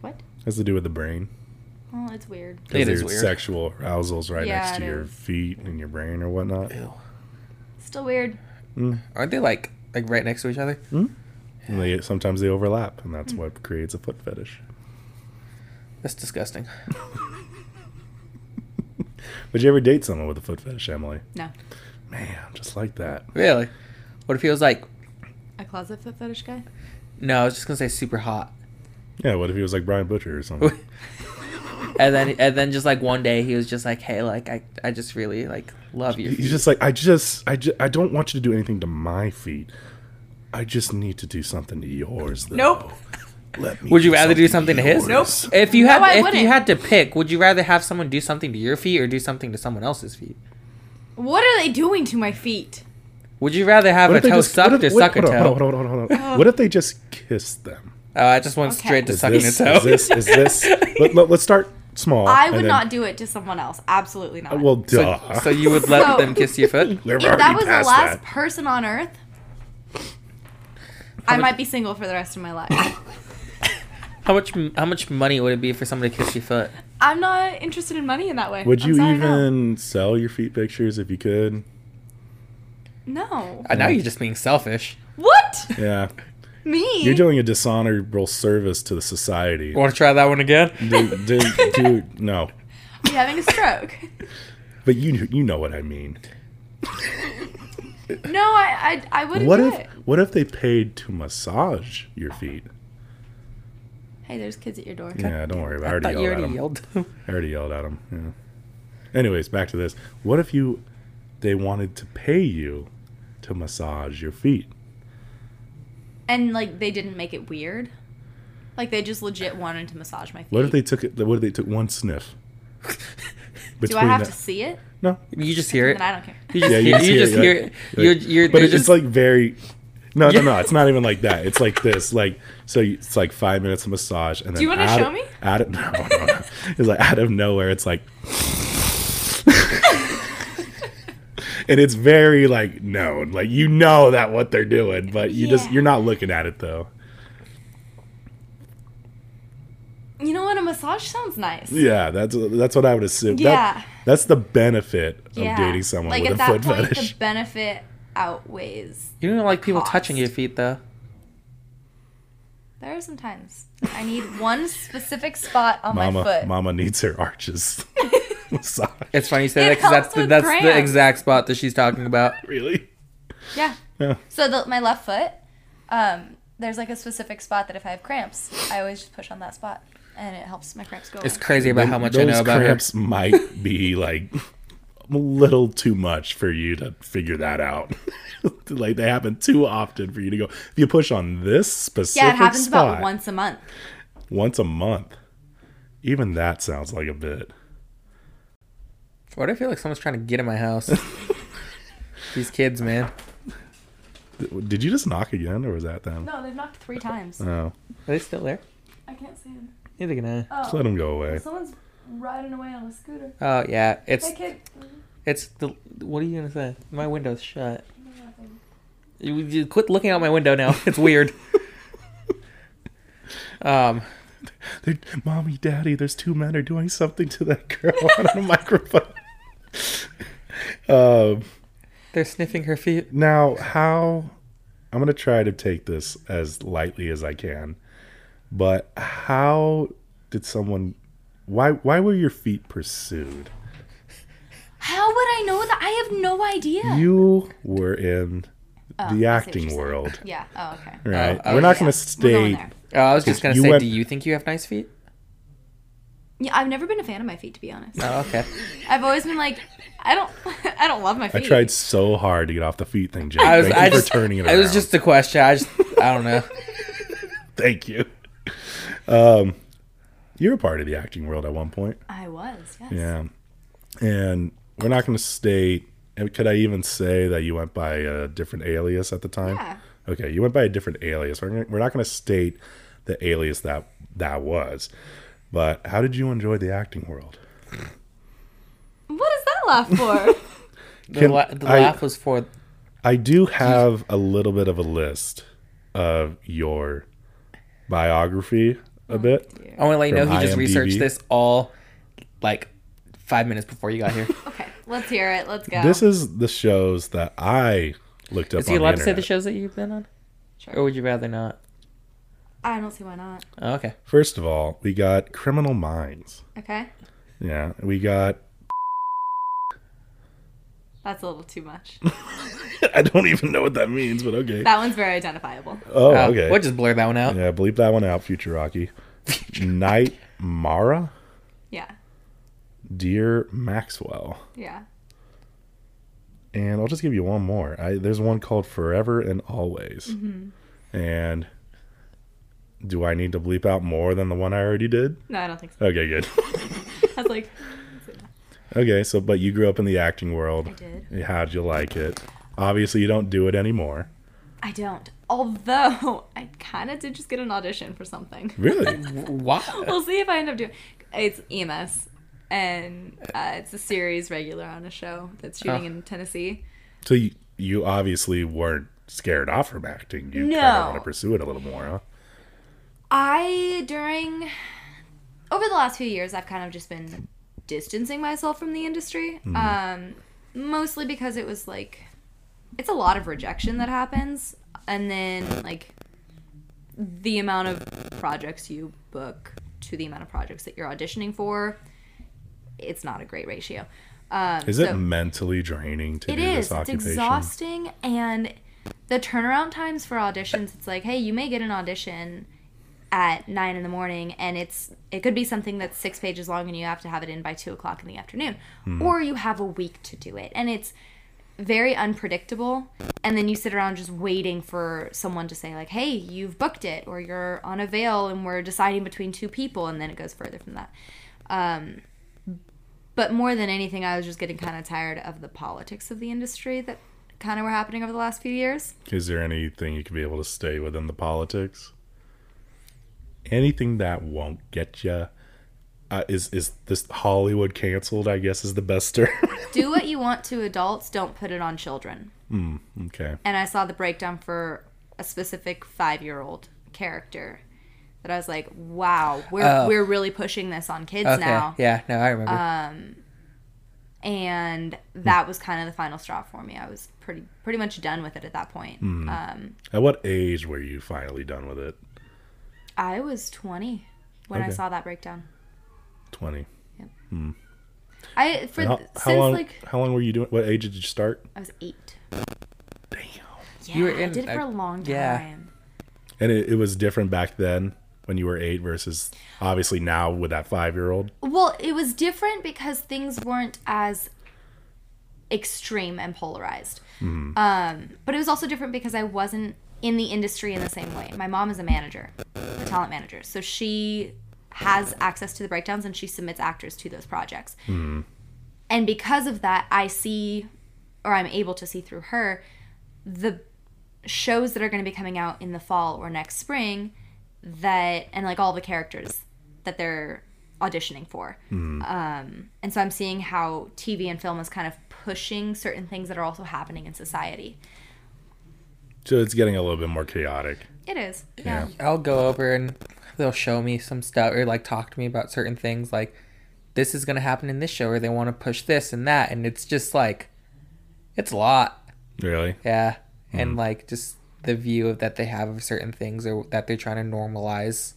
Speaker 2: what?
Speaker 3: Has to do with the brain.
Speaker 2: Oh, it's weird.
Speaker 3: 'Cause
Speaker 1: It is
Speaker 3: your
Speaker 1: weird.
Speaker 3: Sexual arousals right
Speaker 2: Yeah,
Speaker 3: next to
Speaker 2: it
Speaker 3: your
Speaker 2: is.
Speaker 3: feet and your brain or whatnot. Mm,
Speaker 2: Still weird.
Speaker 1: Aren't they like like right next to each other?
Speaker 3: And they sometimes they overlap, and
Speaker 2: Hmm.
Speaker 3: that's what creates a foot fetish.
Speaker 1: That's disgusting.
Speaker 3: Would you ever date someone with a foot fetish, Emily?
Speaker 2: No,
Speaker 3: Man, just like that.
Speaker 1: Really? What if he was like,
Speaker 2: a closet foot fetish guy.
Speaker 1: no, I was just gonna say super hot,
Speaker 3: Yeah, what if he was like Brian Butcher or something?
Speaker 1: and then and then just like one day he was just like, hey, like I I just really like love you.
Speaker 3: He's just like, I just, I just, I don't want you to do anything to my feet. I just need to do something to yours. Though.
Speaker 2: Nope.
Speaker 3: Let me
Speaker 1: Would you rather do something to his?
Speaker 3: yours."
Speaker 1: If you
Speaker 2: No,
Speaker 1: had
Speaker 2: I
Speaker 1: if
Speaker 2: wouldn't.
Speaker 1: you had to pick, would you rather have someone do something to your feet or do something to someone else's feet?
Speaker 2: What are they doing to my feet?
Speaker 1: Would you rather have
Speaker 3: What
Speaker 1: a
Speaker 3: if they
Speaker 1: toe
Speaker 3: just- what
Speaker 1: sucked
Speaker 3: if-
Speaker 1: or
Speaker 3: wait,
Speaker 1: suck a
Speaker 3: hold
Speaker 1: toe?
Speaker 3: on, hold on, hold on, hold on, hold
Speaker 2: Uh.
Speaker 3: on. What if they just kissed them?
Speaker 1: Oh, I just went
Speaker 2: Okay.
Speaker 1: straight to
Speaker 2: Is
Speaker 1: sucking
Speaker 3: this,
Speaker 1: a toe.
Speaker 3: Is this? Is this? let, us start small.
Speaker 2: I
Speaker 3: and
Speaker 2: would
Speaker 3: then-
Speaker 2: not do it to someone else. Absolutely not.
Speaker 3: Well,
Speaker 1: so,
Speaker 3: duh.
Speaker 1: so you would let
Speaker 2: So-
Speaker 1: them kiss your foot?
Speaker 3: We're
Speaker 2: if that
Speaker 3: already
Speaker 2: was the
Speaker 3: past
Speaker 2: last
Speaker 3: that.
Speaker 2: person on Earth, I might be single for the rest of my life.
Speaker 1: How much how much money would it be for someone to kiss your foot?
Speaker 2: I'm not interested in money in that way.
Speaker 3: Would
Speaker 2: I'm
Speaker 3: you
Speaker 2: sorry,
Speaker 3: even sell your feet pictures if you could?
Speaker 2: No. no.
Speaker 1: Uh, now you're just being selfish.
Speaker 2: What?
Speaker 3: Yeah,
Speaker 2: Me?
Speaker 3: you're doing a dishonorable service to the society.
Speaker 1: Want to try that one again?
Speaker 3: Dude, dude, dude, no.
Speaker 2: You're having a stroke.
Speaker 3: But you you know what I mean.
Speaker 2: no, I, I, I wouldn't
Speaker 3: What
Speaker 2: do
Speaker 3: if
Speaker 2: it.
Speaker 3: what if they paid to massage your feet?
Speaker 2: Hey, there's kids at your door.
Speaker 3: Yeah, don't worry. I
Speaker 1: I
Speaker 3: already
Speaker 1: thought
Speaker 3: yelled
Speaker 1: you
Speaker 3: at
Speaker 1: already
Speaker 3: them.
Speaker 1: yelled.
Speaker 3: I already yelled at them. Yeah. Anyways, back to this. What if you they wanted to pay you to massage your feet?
Speaker 2: And like they didn't make it weird. Like they just legit wanted to massage my feet.
Speaker 3: What if they took it? What if they took one sniff?
Speaker 2: Do I have
Speaker 3: the-
Speaker 2: to see it?
Speaker 3: No.
Speaker 1: you just hear it.
Speaker 2: Then I don't care.
Speaker 1: You just
Speaker 3: Yeah,
Speaker 1: hear, you just
Speaker 3: like-
Speaker 1: hear it.
Speaker 3: like-
Speaker 1: You're, you're,
Speaker 3: but
Speaker 1: they're
Speaker 3: it's
Speaker 1: just,
Speaker 3: like very. No, no, no. It's not even like that. It's like this. Like so, you- it's like five minutes of massage, and then
Speaker 2: you wanna
Speaker 3: out
Speaker 2: show
Speaker 3: of-
Speaker 2: me?
Speaker 3: Out of no, no, no. It's like out of nowhere. It's like, and it's very like known. Like you know that what they're doing, but you just
Speaker 2: Yeah.
Speaker 3: you're not looking at it though.
Speaker 2: You know what? I'm massage sounds nice.
Speaker 3: Yeah, that's that's what I would assume. That-
Speaker 2: Yeah.
Speaker 3: that's the benefit of
Speaker 2: Yeah.
Speaker 3: dating someone
Speaker 2: like
Speaker 3: with
Speaker 2: at
Speaker 3: a
Speaker 2: that
Speaker 3: foot
Speaker 2: point,
Speaker 3: fetish.
Speaker 2: the benefit outweighs.
Speaker 1: You don't like people
Speaker 2: Cost.
Speaker 1: touching your feet though.
Speaker 2: There are some times I need one specific spot on my
Speaker 3: Mama,
Speaker 2: foot.
Speaker 3: Mama needs her arches. Massage.
Speaker 1: It's funny you say that
Speaker 2: It
Speaker 1: 'cause that
Speaker 2: helps
Speaker 1: because that's the,
Speaker 2: with
Speaker 1: that's the
Speaker 2: cramps.
Speaker 1: exact spot that she's talking about.
Speaker 3: Really?
Speaker 2: Yeah.
Speaker 3: Yeah.
Speaker 2: So the, my left foot, um, there's like a specific spot that if I have cramps, I always just push on that spot, and it helps my cramps go.
Speaker 1: It's
Speaker 2: away.
Speaker 1: crazy about how much I
Speaker 3: Those
Speaker 1: know about
Speaker 3: cramps might be like a little too much for you to figure that out. like they happen too often for you to go. If you push on this specific
Speaker 2: yeah, it happens
Speaker 3: spot
Speaker 2: about once a month.
Speaker 3: once a month, even that sounds like a bit.
Speaker 1: her. What do I feel like someone's trying to get in my house? These kids, man.
Speaker 3: Did you just knock again, or was that them?
Speaker 2: No, they've knocked three times.
Speaker 3: No,
Speaker 1: Are they still there?
Speaker 2: I can't see them.
Speaker 1: Neither can I.
Speaker 3: just let them go away.
Speaker 2: Someone's riding away on a scooter.
Speaker 1: Oh yeah, it's
Speaker 2: kid.
Speaker 1: it's the. What are you gonna say? My window's shut. You, you quit looking out my window now. It's weird. um,
Speaker 3: They're, Mommy, Daddy, there's two men are doing something to that girl on a microphone. um,
Speaker 1: they're sniffing her feet.
Speaker 3: now, how I'm gonna try to take this as lightly as I can, but how did someone? Why why were your feet pursued?
Speaker 2: How would I know that? I have no idea.
Speaker 3: You were in the
Speaker 2: you're
Speaker 3: acting
Speaker 2: saying.
Speaker 3: world,
Speaker 2: yeah. Oh, okay.
Speaker 3: right?
Speaker 1: Oh,
Speaker 3: we're not
Speaker 2: yeah. We're
Speaker 3: gonna
Speaker 2: going
Speaker 3: stay.
Speaker 2: there.
Speaker 1: Oh, I was just gonna
Speaker 3: You
Speaker 1: say,
Speaker 3: went-
Speaker 1: do you think you have nice feet?
Speaker 2: Yeah, I've never been a fan of my feet to be honest.
Speaker 1: Oh, okay.
Speaker 2: I've always been like, I don't, I don't love my
Speaker 3: I
Speaker 2: feet.
Speaker 3: tried so hard to get off the feet thing, Jake.
Speaker 1: I was,
Speaker 3: Thank
Speaker 1: I
Speaker 3: you
Speaker 1: just,
Speaker 3: for turning it
Speaker 1: it
Speaker 3: around.
Speaker 1: was just a question. I just, I don't know.
Speaker 3: Thank you. Um, you were part of the acting world at one point.
Speaker 2: I was. Yes.
Speaker 3: Yeah. And we're not going to state. and Could I even say that you went by a different alias at the time?
Speaker 2: Yeah.
Speaker 3: Okay, you went by a different alias. We're, gonna, we're not going to state the alias that that was. But how did you enjoy the acting world?
Speaker 2: What is that laugh for?
Speaker 1: The,
Speaker 3: Can
Speaker 1: la- the
Speaker 3: I-
Speaker 1: laugh was for
Speaker 3: I do have a little bit of a list of your biography
Speaker 2: Oh,
Speaker 3: a bit.
Speaker 1: I want to let you know
Speaker 3: From
Speaker 1: he just
Speaker 3: IMDb.
Speaker 1: researched this all like five minutes before you got here.
Speaker 2: okay, let's hear it. Let's go.
Speaker 3: This is the shows that I looked up.
Speaker 1: Is he
Speaker 3: on
Speaker 1: allowed
Speaker 3: the
Speaker 1: to say the
Speaker 3: internet.
Speaker 1: shows that you've been on?
Speaker 2: Sure.
Speaker 1: Or would you rather not?
Speaker 2: I don't see why not.
Speaker 1: Oh, okay.
Speaker 3: First of all, we got Criminal Minds.
Speaker 2: Okay,
Speaker 3: Yeah, we got.
Speaker 2: that's a little too much.
Speaker 3: I don't even know what that means, but okay.
Speaker 2: That one's very identifiable.
Speaker 3: Oh,
Speaker 1: Uh,
Speaker 3: okay.
Speaker 1: We'll just blur that one out.
Speaker 3: Yeah, bleep that one out, Future Rocky. Night Mara,
Speaker 2: Yeah,
Speaker 3: dear Maxwell,
Speaker 2: yeah.
Speaker 3: and I'll just give you one more. I, there's one called Forever and Always, and do I need to bleep out more than the one I already did?
Speaker 2: No, I don't think so.
Speaker 3: Okay, good.
Speaker 2: I was like,
Speaker 3: okay, so but you grew up in the acting world.
Speaker 2: I did.
Speaker 3: How'd you like it? Obviously, you don't do it anymore.
Speaker 2: I don't. Although I kind of did just get an audition for something.
Speaker 3: Really?
Speaker 1: Wow.
Speaker 2: We'll see if I end up doing. It's EMS, and uh, it's a series regular on a show that's shooting
Speaker 1: Oh.
Speaker 2: in Tennessee.
Speaker 3: So you, you obviously weren't scared off from acting. You
Speaker 2: No.
Speaker 3: kind of want to pursue it a little more, huh?
Speaker 2: I during over the last few years I've kind of just been distancing myself from the industry.
Speaker 3: Mm-hmm.
Speaker 2: Um mostly because it was like it's a lot of rejection that happens and then like the amount of projects you book to the amount of projects that you're auditioning for it's not a great ratio. Um
Speaker 3: Is it
Speaker 2: so-
Speaker 3: mentally draining to
Speaker 2: it
Speaker 3: do
Speaker 2: is.
Speaker 3: this
Speaker 2: It's
Speaker 3: occupation?
Speaker 2: exhausting, and the turnaround times for auditions. It's like, hey, you may get an audition at nine in the morning, and it's it could be something that's six pages long, and you have to have it in by two o'clock in the afternoon,
Speaker 3: Hmm.
Speaker 2: or you have a week to do it, and it's very unpredictable. And then you sit around just waiting for someone to say like, hey, you've booked it, or you're on a veil, and we're deciding between two people, and then it goes further from that but more than anything i was just getting kind of tired of the politics of the industry that kind of were happening over the last few years
Speaker 3: Is there anything you could be able to stay within the politics? Anything that won't get you? Uh, is is this Hollywood canceled? I guess is the best term.
Speaker 2: do what you want to adults don't put it on children
Speaker 3: okay.
Speaker 2: and i saw the breakdown for a specific five-year-old character that I was like, wow, we're
Speaker 1: Oh.
Speaker 2: we're really pushing this on kids
Speaker 1: Okay.
Speaker 2: now. Uh,
Speaker 1: Yeah. No, I remember.
Speaker 2: And that was kind of the final straw for me. I was pretty pretty much done with it at that point.
Speaker 3: Hmm.
Speaker 2: Um,
Speaker 3: At what age were you finally done with it?
Speaker 2: I was 20 when I
Speaker 3: Okay.
Speaker 2: saw that breakdown.
Speaker 3: Twenty.
Speaker 2: I for
Speaker 3: And how,
Speaker 2: th-
Speaker 3: how
Speaker 2: since
Speaker 3: long?
Speaker 2: like
Speaker 3: how long were you doing? What age did you start?
Speaker 2: I was eight.
Speaker 3: Damn.
Speaker 2: Yeah,
Speaker 1: You were
Speaker 2: I
Speaker 1: in
Speaker 2: did it
Speaker 1: a-
Speaker 2: for a long time.
Speaker 1: yeah.
Speaker 3: And it, it was different back then when you were eight versus obviously now with that five year old.
Speaker 2: Well, it was different because things weren't as extreme and polarized. Um, but it was also different because I wasn't in the industry in the same way. My mom is a manager, a talent manager. So she has access to the breakdowns and she submits actors to those projects. And because of that, I see or I'm able to see through her the shows that are going to be coming out in the fall or next spring that and like all the characters that they're auditioning for
Speaker 3: Hmm.
Speaker 2: um, and so i'm seeing how tv and film is kind of pushing certain things that are also happening in society
Speaker 3: So it's getting a little bit more chaotic.
Speaker 2: it is yeah,
Speaker 1: I'll go over and they'll show me some stuff or like talk to me about certain things like this is going to happen in this show or they want to push this and that and it's just like it's a lot.
Speaker 3: Really?
Speaker 1: Yeah. And
Speaker 3: Mm-hmm.
Speaker 1: like just the view that they have of certain things or that they're trying to normalize.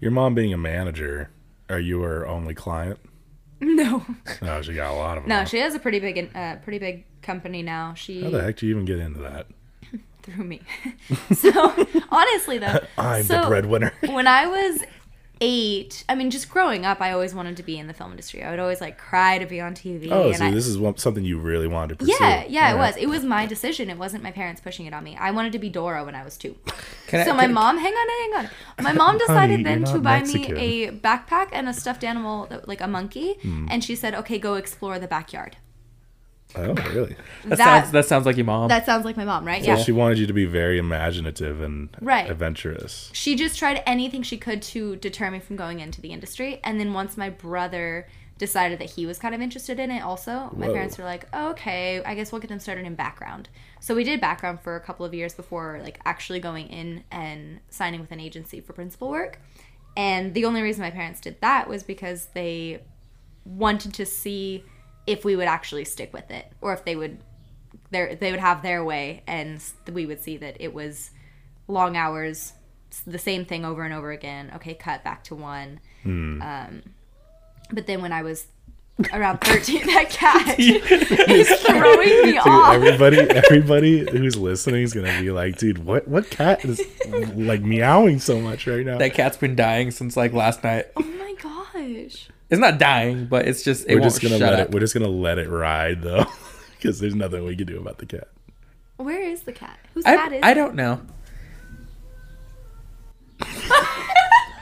Speaker 3: Your mom being a manager, are you her only client?
Speaker 2: no
Speaker 3: Oh, she got a lot of them.
Speaker 2: no she has a pretty big in- uh, pretty big company now she
Speaker 3: How the heck do you even get into that?
Speaker 2: threw me so honestly though
Speaker 3: I'm the
Speaker 2: so-
Speaker 3: breadwinner.
Speaker 2: when I was eight, I mean, just growing up, I always wanted to be in the film industry. I would always like cry to be on TV.
Speaker 3: Oh,
Speaker 2: and
Speaker 3: so
Speaker 2: I,
Speaker 3: this is one, something you really wanted to pursue.
Speaker 2: yeah, yeah, it
Speaker 3: All
Speaker 2: was.
Speaker 3: right.
Speaker 2: It was my decision. It wasn't my parents pushing it on me. I wanted to be Dora when I was two.
Speaker 1: Can
Speaker 2: So
Speaker 1: I,
Speaker 2: my
Speaker 1: can-
Speaker 2: mom, hang on, hang on. My mom decided
Speaker 3: you're
Speaker 2: then to
Speaker 3: not
Speaker 2: buy
Speaker 3: Mexican.
Speaker 2: me a backpack and a stuffed animal, that- like a monkey,
Speaker 3: Hmm.
Speaker 2: and she said, "Okay, go explore the backyard."
Speaker 3: Oh, really?
Speaker 1: that,
Speaker 2: that-
Speaker 1: sounds that sounds like your mom.
Speaker 2: That sounds like my mom, right?
Speaker 3: So
Speaker 2: yeah.
Speaker 3: she wanted you to be very imaginative and
Speaker 2: Right.
Speaker 3: adventurous.
Speaker 2: she just tried anything she could to deter me from going into the industry. And then once my brother decided that he was kind of interested in it, also, my
Speaker 3: Whoa.
Speaker 2: parents were like, okay, I guess we'll get him started in background. So we did background for a couple of years before like actually going in and signing with an agency for principal work. And the only reason my parents did that was because they wanted to see if we would actually stick with it or if they would their they would have their way and s- we would see that it was long hours s- the same thing over and over again okay cut back to one
Speaker 1: Hmm.
Speaker 2: um, but then when i was around 13 that cat is throwing me
Speaker 3: Dude,
Speaker 2: off
Speaker 3: everybody, everybody who's listening is gonna be like, "Dude, what what cat is like meowing so much right now?"
Speaker 1: that cat's been dying since like last night.
Speaker 2: oh my gosh
Speaker 1: It's not dying, but it's just it
Speaker 3: we're
Speaker 1: won't
Speaker 3: just gonna
Speaker 1: shut
Speaker 3: let
Speaker 1: up.
Speaker 3: it. We're just gonna let it ride though, because there's nothing we can do about the cat.
Speaker 2: where is the cat whose cat
Speaker 1: I,
Speaker 2: is
Speaker 1: I
Speaker 2: it?
Speaker 1: don't know.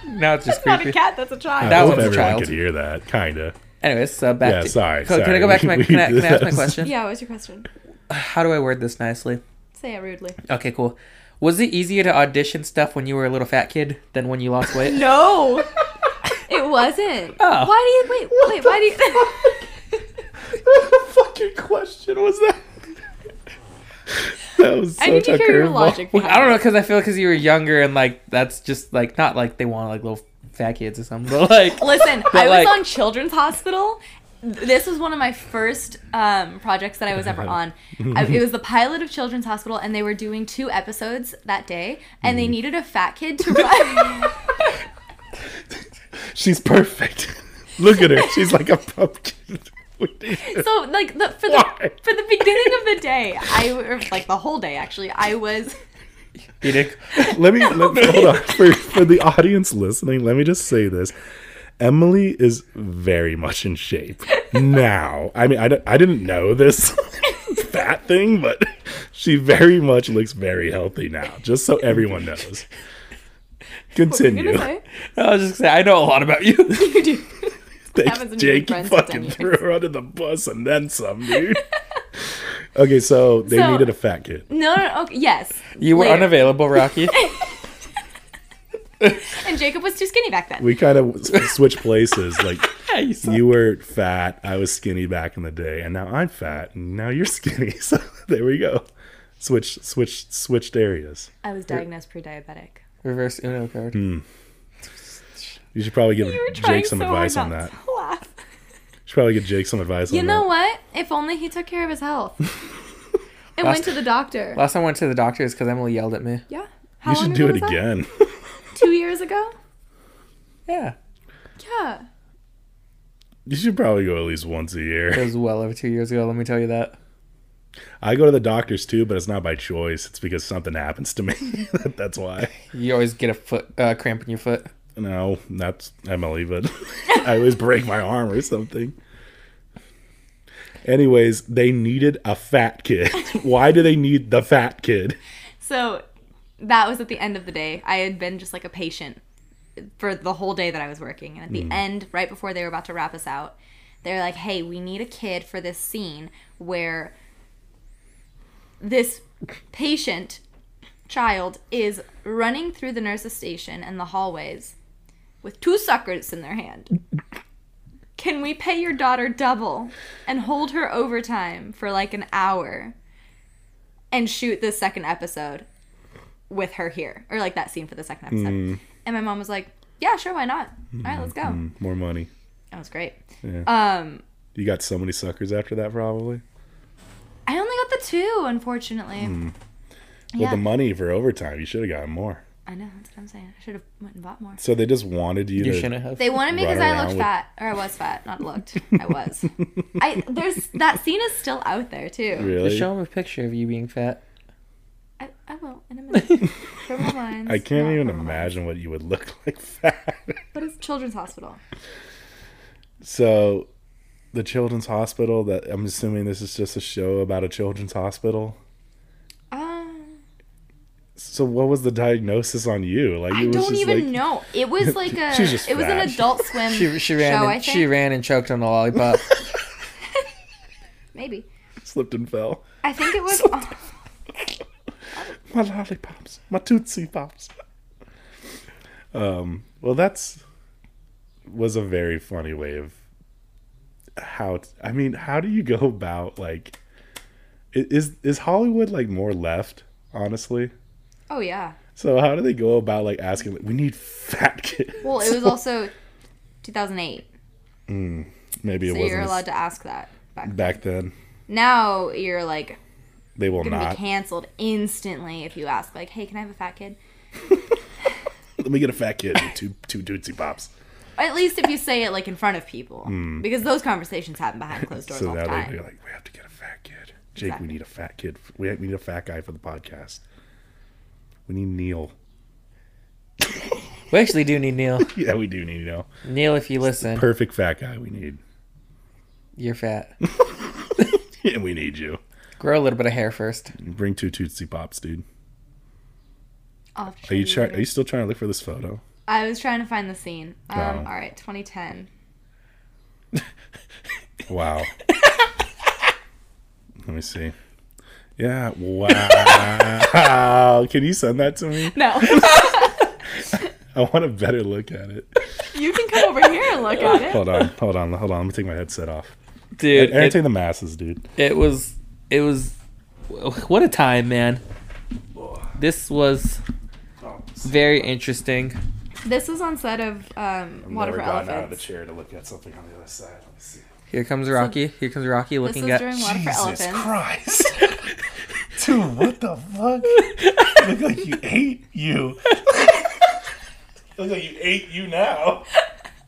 Speaker 1: now it's just creepy. Uh.
Speaker 2: cat that's a child
Speaker 1: That
Speaker 3: I hope
Speaker 1: one's a
Speaker 3: everyone
Speaker 1: child.
Speaker 3: could hear that, kinda.
Speaker 1: Anyways, so back
Speaker 3: Yeah,
Speaker 1: to
Speaker 3: sorry,
Speaker 1: Co- Can I
Speaker 3: sorry.
Speaker 1: go back to my
Speaker 3: We-
Speaker 1: can I, can I ask my
Speaker 3: that's-
Speaker 1: question?
Speaker 2: yeah what was your question
Speaker 1: How do I word this nicely?
Speaker 2: say it rudely
Speaker 1: Okay, cool. Was it easier to audition stuff when you were a little fat kid than when you lost weight?
Speaker 2: No, it wasn't.
Speaker 1: Oh.
Speaker 2: Why do you wait? wait, why do you?
Speaker 3: what fucking question was that? that was
Speaker 2: I need
Speaker 3: such
Speaker 2: to
Speaker 3: a
Speaker 2: hear your
Speaker 3: curveball.
Speaker 2: logic.
Speaker 1: Well,
Speaker 2: behind
Speaker 1: I don't know
Speaker 2: it.
Speaker 1: because I feel because you were younger and like that's just like not like they want like little fat kids or something, but like
Speaker 2: Listen,
Speaker 1: But,
Speaker 2: I was
Speaker 1: like-
Speaker 2: on Children's Hospital. This was one of my first um, projects that I was ever on. I, it was the pilot of Children's Hospital, and they were doing two episodes that day, and
Speaker 3: Mm-hmm.
Speaker 2: they needed a fat kid to run.
Speaker 3: She's perfect. Look at her. She's like a pumpkin. We need her.
Speaker 2: so like the, for the
Speaker 3: Why?
Speaker 2: for the beginning of the day, I or, like the whole day actually. I was
Speaker 1: eating.
Speaker 3: let me let, hold on for, for the audience listening let me just say this emily is very much in shape now i mean i, don't- I didn't know this fat thing but she very much looks very healthy now just so everyone knows
Speaker 2: what were you
Speaker 3: continue
Speaker 2: gonna say?
Speaker 1: I was just gonna say I know a lot about you.
Speaker 2: You do.
Speaker 3: Thanks,
Speaker 2: happens when you've been
Speaker 3: jake you
Speaker 2: friends for 10
Speaker 3: fucking
Speaker 2: years.
Speaker 3: threw her under the bus and then some dude okay so they
Speaker 2: So-
Speaker 3: needed a fat kid
Speaker 2: No, no, no, okay, yes.
Speaker 1: You were
Speaker 2: Later.
Speaker 1: unavailable, Rocky.
Speaker 2: And Jacob was too skinny back then.
Speaker 3: we kind of switched places like
Speaker 1: you suck.
Speaker 3: you were fat. I was skinny back in the day, and now I'm fat. And now you're skinny. So there we go. Switch, switch, switched areas.
Speaker 2: I was diagnosed pre-diabetic.
Speaker 1: Reverse Uno card.
Speaker 3: Hmm. You should probably give
Speaker 2: You were trying
Speaker 3: Jake some
Speaker 2: so
Speaker 3: advice on
Speaker 2: hard not
Speaker 3: that.
Speaker 2: to laugh.
Speaker 3: You should probably give Jake some advice
Speaker 2: You
Speaker 3: on
Speaker 2: know
Speaker 3: that.
Speaker 2: what? If only he took care of his health. and
Speaker 1: Last-
Speaker 2: went to the doctor.
Speaker 1: Last time I went to the doctor is because Emily yelled at me.
Speaker 2: yeah. How
Speaker 3: You
Speaker 2: long
Speaker 3: should
Speaker 2: ago
Speaker 3: do it
Speaker 2: was that?
Speaker 3: again.
Speaker 2: Two years ago?
Speaker 1: Yeah.
Speaker 2: Yeah.
Speaker 3: you should probably go at least once a
Speaker 1: It
Speaker 3: year.
Speaker 1: was well over two years ago, let me tell you that.
Speaker 3: I go to the doctors too, but it's not by choice. It's because something happens to me. that's why.
Speaker 1: You always get a foot uh, cramp in your foot.
Speaker 3: No, that's Emily, but I always break my arm or something. Anyways, they needed a fat kid. Why do they need the fat kid?
Speaker 2: So that was at the end of the day. I had been just like a patient for the whole day that I was working. And at the end, right before they were about to wrap us out, they're like, hey, we need a kid for this scene where this patient child is running through the nurse's station and the hallways with two suckers in their hand. Can we pay your daughter double and hold her overtime for like an hour and shoot the second episode with her here or like that scene for the second episode?
Speaker 3: Mm.
Speaker 2: And my mom was like, "Yeah, sure, why not? All right, let's go."
Speaker 3: More money.
Speaker 2: That was great.
Speaker 3: Mm-hmm. Yeah.
Speaker 2: Um,
Speaker 3: You got so many suckers after that, probably.
Speaker 2: I only got the two, unfortunately.
Speaker 3: Well,
Speaker 2: Yeah,
Speaker 3: the money for overtime, you should have gotten more.
Speaker 2: I know. That's what I'm saying. I should have went and bought more.
Speaker 3: So they just wanted you,
Speaker 1: You
Speaker 3: to.
Speaker 1: shouldn't have.
Speaker 2: They wanted me
Speaker 3: Run
Speaker 2: because I
Speaker 3: around
Speaker 2: looked
Speaker 3: with-
Speaker 2: fat, or I was fat, not looked. I was. I there's that scene is still out there too.
Speaker 1: Just
Speaker 3: Really?
Speaker 1: show them a picture of you being fat.
Speaker 2: I, I will in a minute. Criminal Minds.
Speaker 3: I can't
Speaker 2: not
Speaker 3: even
Speaker 2: Criminal Minds.
Speaker 3: imagine what you would look like fat.
Speaker 2: But it's Children's Hospital.
Speaker 3: so, the children's hospital. That I'm assuming this is just a show about a children's hospital.
Speaker 2: Um,
Speaker 3: So, what was the diagnosis on you? Like,
Speaker 2: I
Speaker 3: it was
Speaker 2: don't
Speaker 3: just
Speaker 2: even
Speaker 3: like,
Speaker 2: know. It was like a.
Speaker 3: She's just
Speaker 2: it was
Speaker 3: fat.
Speaker 2: an Adult Swim
Speaker 1: She, she ran.
Speaker 2: show.
Speaker 1: and,
Speaker 2: I think
Speaker 1: She ran and choked on a lollipop.
Speaker 2: maybe.
Speaker 3: Slipped and fell.
Speaker 2: I think it was.
Speaker 3: My lollipops, my tootsie pops. Um. Well, that's was a very funny way of how. t- I mean, how do you go about like? i- Is is Hollywood like more left? Honestly,
Speaker 2: oh yeah.
Speaker 3: so how do they go about like asking? Like, we need fat kids.
Speaker 2: Well, it was also 2008,
Speaker 3: maybe it
Speaker 2: so
Speaker 3: wasn't
Speaker 2: you're
Speaker 3: as-
Speaker 2: allowed to ask that. Back.
Speaker 3: back then.
Speaker 2: Now you're like
Speaker 3: They will
Speaker 2: gonna
Speaker 3: not.
Speaker 2: be canceled instantly if you ask like, "Hey, can I have a fat kid?"
Speaker 3: Let me get a fat kid and two two tootsie pops.
Speaker 2: At least if you say it like in front of people, because those conversations happen behind closed doors
Speaker 3: Hmm. So
Speaker 2: all the
Speaker 3: now
Speaker 2: time.
Speaker 3: they're like, we have to get a fat kid. Jake,
Speaker 2: Exactly.
Speaker 3: we need a fat kid. We we need a fat guy for the podcast. We need Neil.
Speaker 1: we actually do need Neil.
Speaker 3: Yeah, we do need Neil.
Speaker 1: Neil, if you listen,
Speaker 3: Perfect fat guy we need.
Speaker 1: you're fat.
Speaker 3: And we need you.
Speaker 1: Grow a little bit of hair first.
Speaker 3: Bring two Tootsie Pops, dude.
Speaker 2: I'll have to show
Speaker 3: Are you
Speaker 2: you
Speaker 3: trying?
Speaker 2: later.
Speaker 3: Are you still trying to look for this photo?
Speaker 2: I was trying to find the scene. Um,
Speaker 3: Oh.
Speaker 2: All right, 2010.
Speaker 3: Wow. Let me see. Yeah. Wow. Can you send that to me?
Speaker 2: No,
Speaker 3: I want a better look at it.
Speaker 2: you can come over here and look at it.
Speaker 3: Hold on. Hold on. Hold on. I'm gonna take my headset off.
Speaker 1: Dude,
Speaker 3: Aaron,
Speaker 1: it,
Speaker 3: take the masses, dude.
Speaker 1: it was, it was, what a time, man. This was very interesting.
Speaker 2: This was on set of um, Water for Elephants.
Speaker 3: chair to look at something on the other side. Let me see.
Speaker 1: Here comes Rocky. Here comes Rocky
Speaker 2: This was
Speaker 1: looking at.
Speaker 2: during Water for Elephants.
Speaker 3: Christ. Dude, what the fuck? You look like you ate you. You look like you ate you now.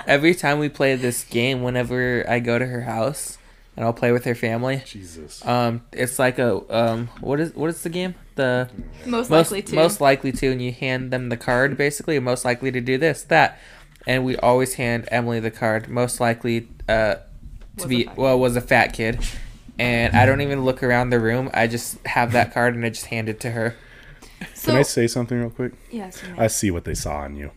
Speaker 1: Every time we play this game, whenever I go to her house and I'll play with her family,
Speaker 3: Jesus.
Speaker 1: um, it's like a um, what is what is the game? The
Speaker 2: Most,
Speaker 1: most
Speaker 2: likely to.
Speaker 1: most likely to, and you hand them the card basically. Most likely to do this, that, and we always hand Emily the card. Most likely uh, to
Speaker 2: a
Speaker 1: be
Speaker 2: fat
Speaker 1: well was a fat kid, and I don't even look around the room. I just have that card and I just hand it to her.
Speaker 2: so,
Speaker 3: Can I say something real quick?
Speaker 2: yes, you may.
Speaker 3: I see what they saw in you.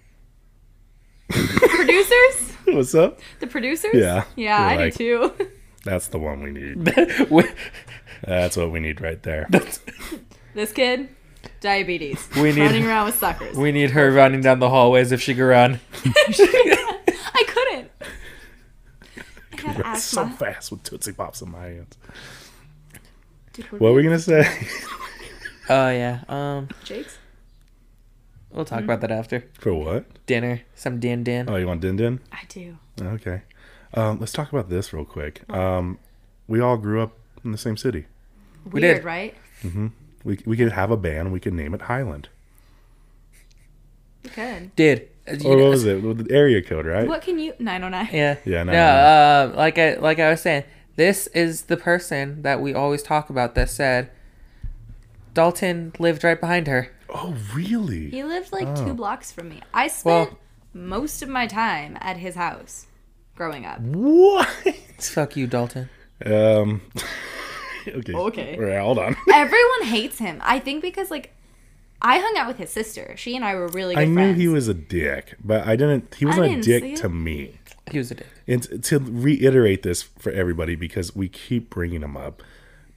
Speaker 2: producers,
Speaker 3: What's up?
Speaker 2: the producers.
Speaker 3: Yeah.
Speaker 2: yeah, I
Speaker 3: You're like-
Speaker 2: do too.
Speaker 3: That's the one we need.
Speaker 1: we,
Speaker 3: That's what we need right there.
Speaker 2: this kid, diabetes,
Speaker 1: We need-
Speaker 2: running around with suckers.
Speaker 1: we need her running down the hallways if she could run.
Speaker 2: I couldn't. I had
Speaker 3: Run so
Speaker 2: asthma.
Speaker 3: fast with Tootsie Pops in my hands.
Speaker 2: Dude, what
Speaker 3: What were we gonna say?
Speaker 1: Oh yeah. Um.
Speaker 2: Jake's?
Speaker 1: We'll talk about that after
Speaker 3: For what?
Speaker 1: dinner. Some din din.
Speaker 3: Hmm? Oh, you want Din Din?
Speaker 2: I do.
Speaker 3: Okay. Um, let's talk about this real quick. Um, we all grew up in the same city.
Speaker 2: Weird,
Speaker 1: did.
Speaker 2: right?
Speaker 3: We, we could have a band. We could name it Highland.
Speaker 2: You could.
Speaker 1: Dude, uh, you
Speaker 3: Or
Speaker 1: know-
Speaker 3: what was it? With The area code, right?
Speaker 2: What can you? 909.
Speaker 1: Yeah.
Speaker 3: Yeah,
Speaker 1: No.
Speaker 3: no, no,
Speaker 1: Uh, like I like I was saying, this is the person that we always talk about that said Dalton lived right behind her.
Speaker 3: Oh, really?
Speaker 2: He lived like two blocks from me. I
Speaker 1: Oh. Well-
Speaker 2: spent most of my time at his house growing up.
Speaker 3: What?
Speaker 1: Fuck you, Dalton.
Speaker 3: Um. okay.
Speaker 2: Okay.
Speaker 3: All right, hold on.
Speaker 2: Everyone hates him. I think because like I hung out with his sister. She and I were really good
Speaker 3: I knew
Speaker 2: friends.
Speaker 3: he was a dick, but I didn't. He wasn't a
Speaker 2: didn't see
Speaker 3: dick
Speaker 2: it.
Speaker 3: to me.
Speaker 1: He was a dick.
Speaker 3: And t- to reiterate this for everybody, because we keep bringing him up,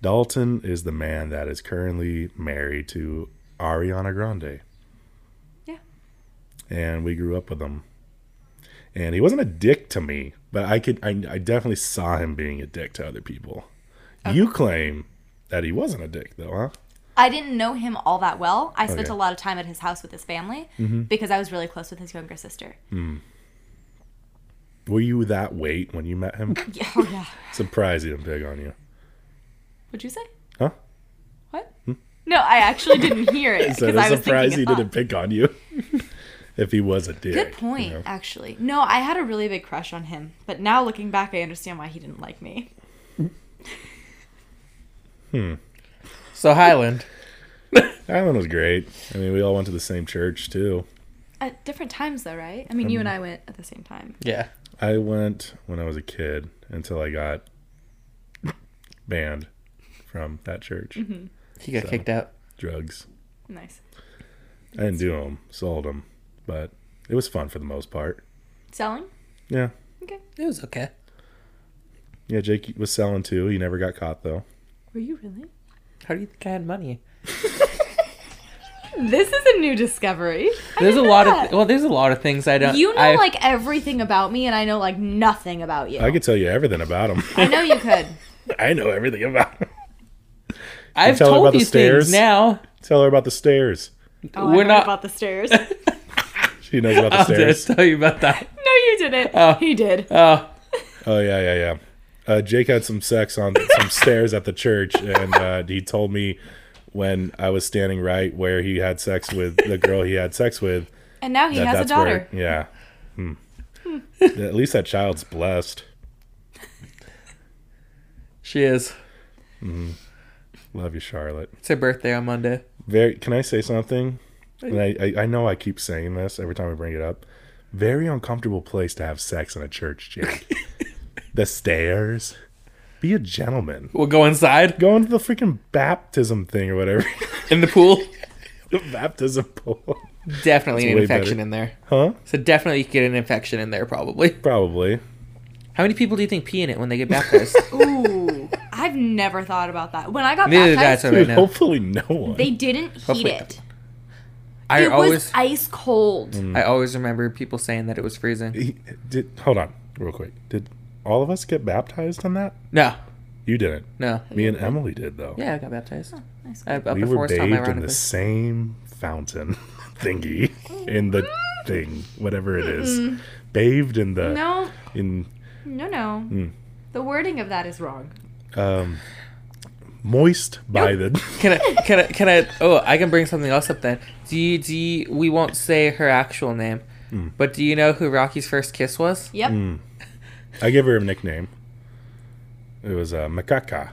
Speaker 3: Dalton is the man that is currently married to Ariana Grande.
Speaker 2: Yeah.
Speaker 3: And we grew up with him. And he wasn't a dick to me, but I could I, I definitely saw him being a dick to other people. You claim that he wasn't a dick though, huh?
Speaker 2: I didn't know him all that well. I spent
Speaker 3: Okay. Mm-hmm.
Speaker 2: a lot of time at his house with his family because I was really close with his younger sister.
Speaker 3: Mm. Were you that weight when you met him?
Speaker 2: Yeah, oh yeah.
Speaker 3: Surprised he didn't pick on you.
Speaker 2: What'd you say?
Speaker 3: Huh?
Speaker 2: What? No, I actually didn't hear it
Speaker 3: So
Speaker 2: because
Speaker 3: I'm
Speaker 2: I was thinking
Speaker 3: surprised Hmm? he
Speaker 2: it up.
Speaker 3: didn't pick on you. if he was a dick.
Speaker 2: Good point,
Speaker 3: you know?
Speaker 2: actually. No, I had a really big crush on him, but now looking back, I understand why he didn't like me.
Speaker 1: So Highland.
Speaker 3: Island was great. I mean, we all went to the same church too.
Speaker 2: At different times, though, right? I mean,
Speaker 3: Um,
Speaker 2: you and I went at the same time.
Speaker 1: yeah.
Speaker 3: I went when I was a kid until I got banned from that church.
Speaker 2: Mm-hmm.
Speaker 1: He got
Speaker 3: So.
Speaker 1: kicked out.
Speaker 3: Drugs.
Speaker 2: Nice.
Speaker 3: I didn't do them, sold them, but it was fun for the most part.
Speaker 2: Selling?
Speaker 3: Yeah,
Speaker 2: Okay.
Speaker 1: It was okay.
Speaker 3: yeah. Jake was selling too. He never got caught though.
Speaker 2: Were you really?
Speaker 1: How do you think I had money?
Speaker 2: This is a new discovery. I
Speaker 1: There's a
Speaker 2: didn't
Speaker 1: lot
Speaker 2: know
Speaker 1: of
Speaker 2: that.
Speaker 1: well, there's a lot of things I don't.
Speaker 2: you know
Speaker 1: Uh, I-
Speaker 2: like everything about me, and I know like nothing about you.
Speaker 3: I could tell you everything about him.
Speaker 2: I know you could.
Speaker 3: I know everything about him.
Speaker 1: I've
Speaker 3: tell her
Speaker 1: told
Speaker 3: about the
Speaker 1: you
Speaker 3: stairs.
Speaker 1: things now.
Speaker 3: Tell her about the stairs.
Speaker 2: Oh,
Speaker 1: We're
Speaker 2: I heard
Speaker 1: not-
Speaker 2: about the stairs.
Speaker 3: She knows about the
Speaker 1: I'll
Speaker 3: stairs.
Speaker 1: just tell you about that.
Speaker 2: No, you didn't. he did.
Speaker 1: Oh,
Speaker 3: Oh yeah, yeah, yeah. Uh, Jake had some sex on some stairs at the church, and uh, he told me when I was standing right where he had sex with the girl he had sex with.
Speaker 2: and now he
Speaker 3: That,
Speaker 2: has a
Speaker 3: that's
Speaker 2: daughter.
Speaker 3: where, yeah. Hmm. at least that child's blessed.
Speaker 1: she is.
Speaker 3: Love you, Charlotte.
Speaker 1: It's her birthday on Monday.
Speaker 3: Very. Can I say something? And I, I, I know I keep saying this every time I bring it up. Very uncomfortable place to have sex in a church, Jake. the stairs. Be a gentleman.
Speaker 1: We'll go inside
Speaker 3: Go into the freaking baptism thing or whatever.
Speaker 1: in the pool.
Speaker 3: the baptism pool.
Speaker 1: Definitely an
Speaker 3: way
Speaker 1: infection
Speaker 3: better.
Speaker 1: in there.
Speaker 3: Huh?
Speaker 1: So definitely you could get an infection in there probably.
Speaker 3: Probably.
Speaker 1: How many people do you think pee in it when they get baptized?
Speaker 2: Ooh, I've never thought about that. When I got
Speaker 1: Neither did I,
Speaker 2: baptized,
Speaker 1: so
Speaker 3: Dude,
Speaker 1: I know.
Speaker 3: hopefully no one.
Speaker 2: they didn't heat
Speaker 1: Hopefully-
Speaker 2: it.
Speaker 1: I
Speaker 2: It was
Speaker 1: always Mm.
Speaker 2: ice cold.
Speaker 1: I always remember people saying that it was freezing.
Speaker 3: He- did, hold on, real quick. Did all of us get baptized on that?
Speaker 1: No,
Speaker 3: You didn't.
Speaker 1: no.
Speaker 3: Me and Emily did though.
Speaker 1: Yeah, I got baptized. Uh,
Speaker 2: Nice.
Speaker 1: I, up
Speaker 3: we
Speaker 1: the
Speaker 3: were
Speaker 1: fourth time,
Speaker 3: bathed in
Speaker 1: ironically.
Speaker 3: the same fountain thingy in the thing, whatever it is. Bathed in the
Speaker 2: No,
Speaker 3: in
Speaker 2: no, no.
Speaker 1: Mm.
Speaker 2: The wording of that is wrong.
Speaker 3: um, moist by the.
Speaker 1: Can I? Can I? Can I? Oh, I can bring something else up then. Do you? Do you, we won't say her actual name,
Speaker 3: Hmm.
Speaker 1: but do you know who Rocky's first kiss was?
Speaker 2: Yep.
Speaker 3: I gave her a nickname. It was uh, Macaca.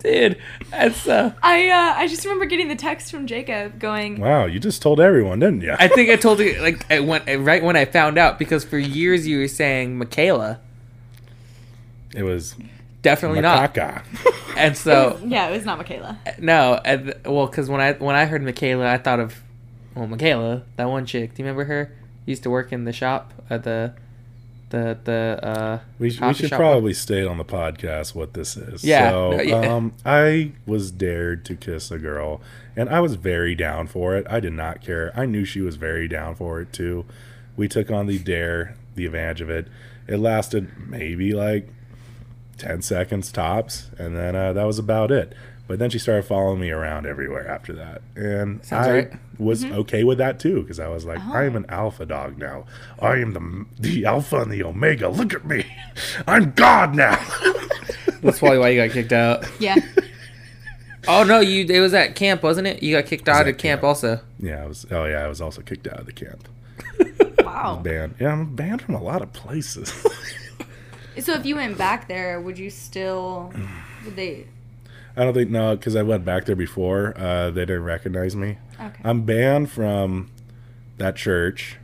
Speaker 1: Dude, that's uh.
Speaker 2: I uh, I just remember getting the text from Jacob going,
Speaker 3: Wow, you just told everyone, didn't you?
Speaker 1: I think I told you like I went right when I found out because for years you were saying Michaela,
Speaker 3: it was
Speaker 1: definitely not,
Speaker 3: Macaca.
Speaker 1: and so
Speaker 2: "Yeah, it was not Michaela."
Speaker 1: No, and th- well, because when I when I heard Michaela, I thought of well, Michaela, that one chick. Do you remember her? Used to work in the shop at the the the uh.
Speaker 3: We, sh- we
Speaker 1: coffee
Speaker 3: should
Speaker 1: shop
Speaker 3: probably state on the podcast what this is.
Speaker 1: Yeah,
Speaker 3: So,
Speaker 1: no, yeah.
Speaker 3: um, I was dared to kiss a girl, and I was very down for it. I did not care. I knew she was very down for it too. We took on the dare, the advantage of it. It lasted maybe like ten seconds tops, and then uh, that was about it. But then she started following me around everywhere after that. And
Speaker 1: Sounds
Speaker 3: I
Speaker 1: right.
Speaker 3: was okay with that too because I was like, I am an alpha dog now. I am the the alpha and the omega. Look at me. I'm God now.
Speaker 1: That's probably why you got kicked out.
Speaker 2: Yeah.
Speaker 1: Oh no, you it was at camp, wasn't it? You got kicked out
Speaker 3: at
Speaker 1: of camp,
Speaker 3: camp.
Speaker 1: also.
Speaker 3: yeah, I was Oh yeah, I was also kicked out of the camp.
Speaker 2: Wow.
Speaker 3: Banned. Yeah, I'm banned from a lot of places.
Speaker 2: So if you went back there, would you still? Would they?
Speaker 3: I don't think no because I went back there before. Uh, they didn't recognize me.
Speaker 2: Okay.
Speaker 3: I'm banned from that church.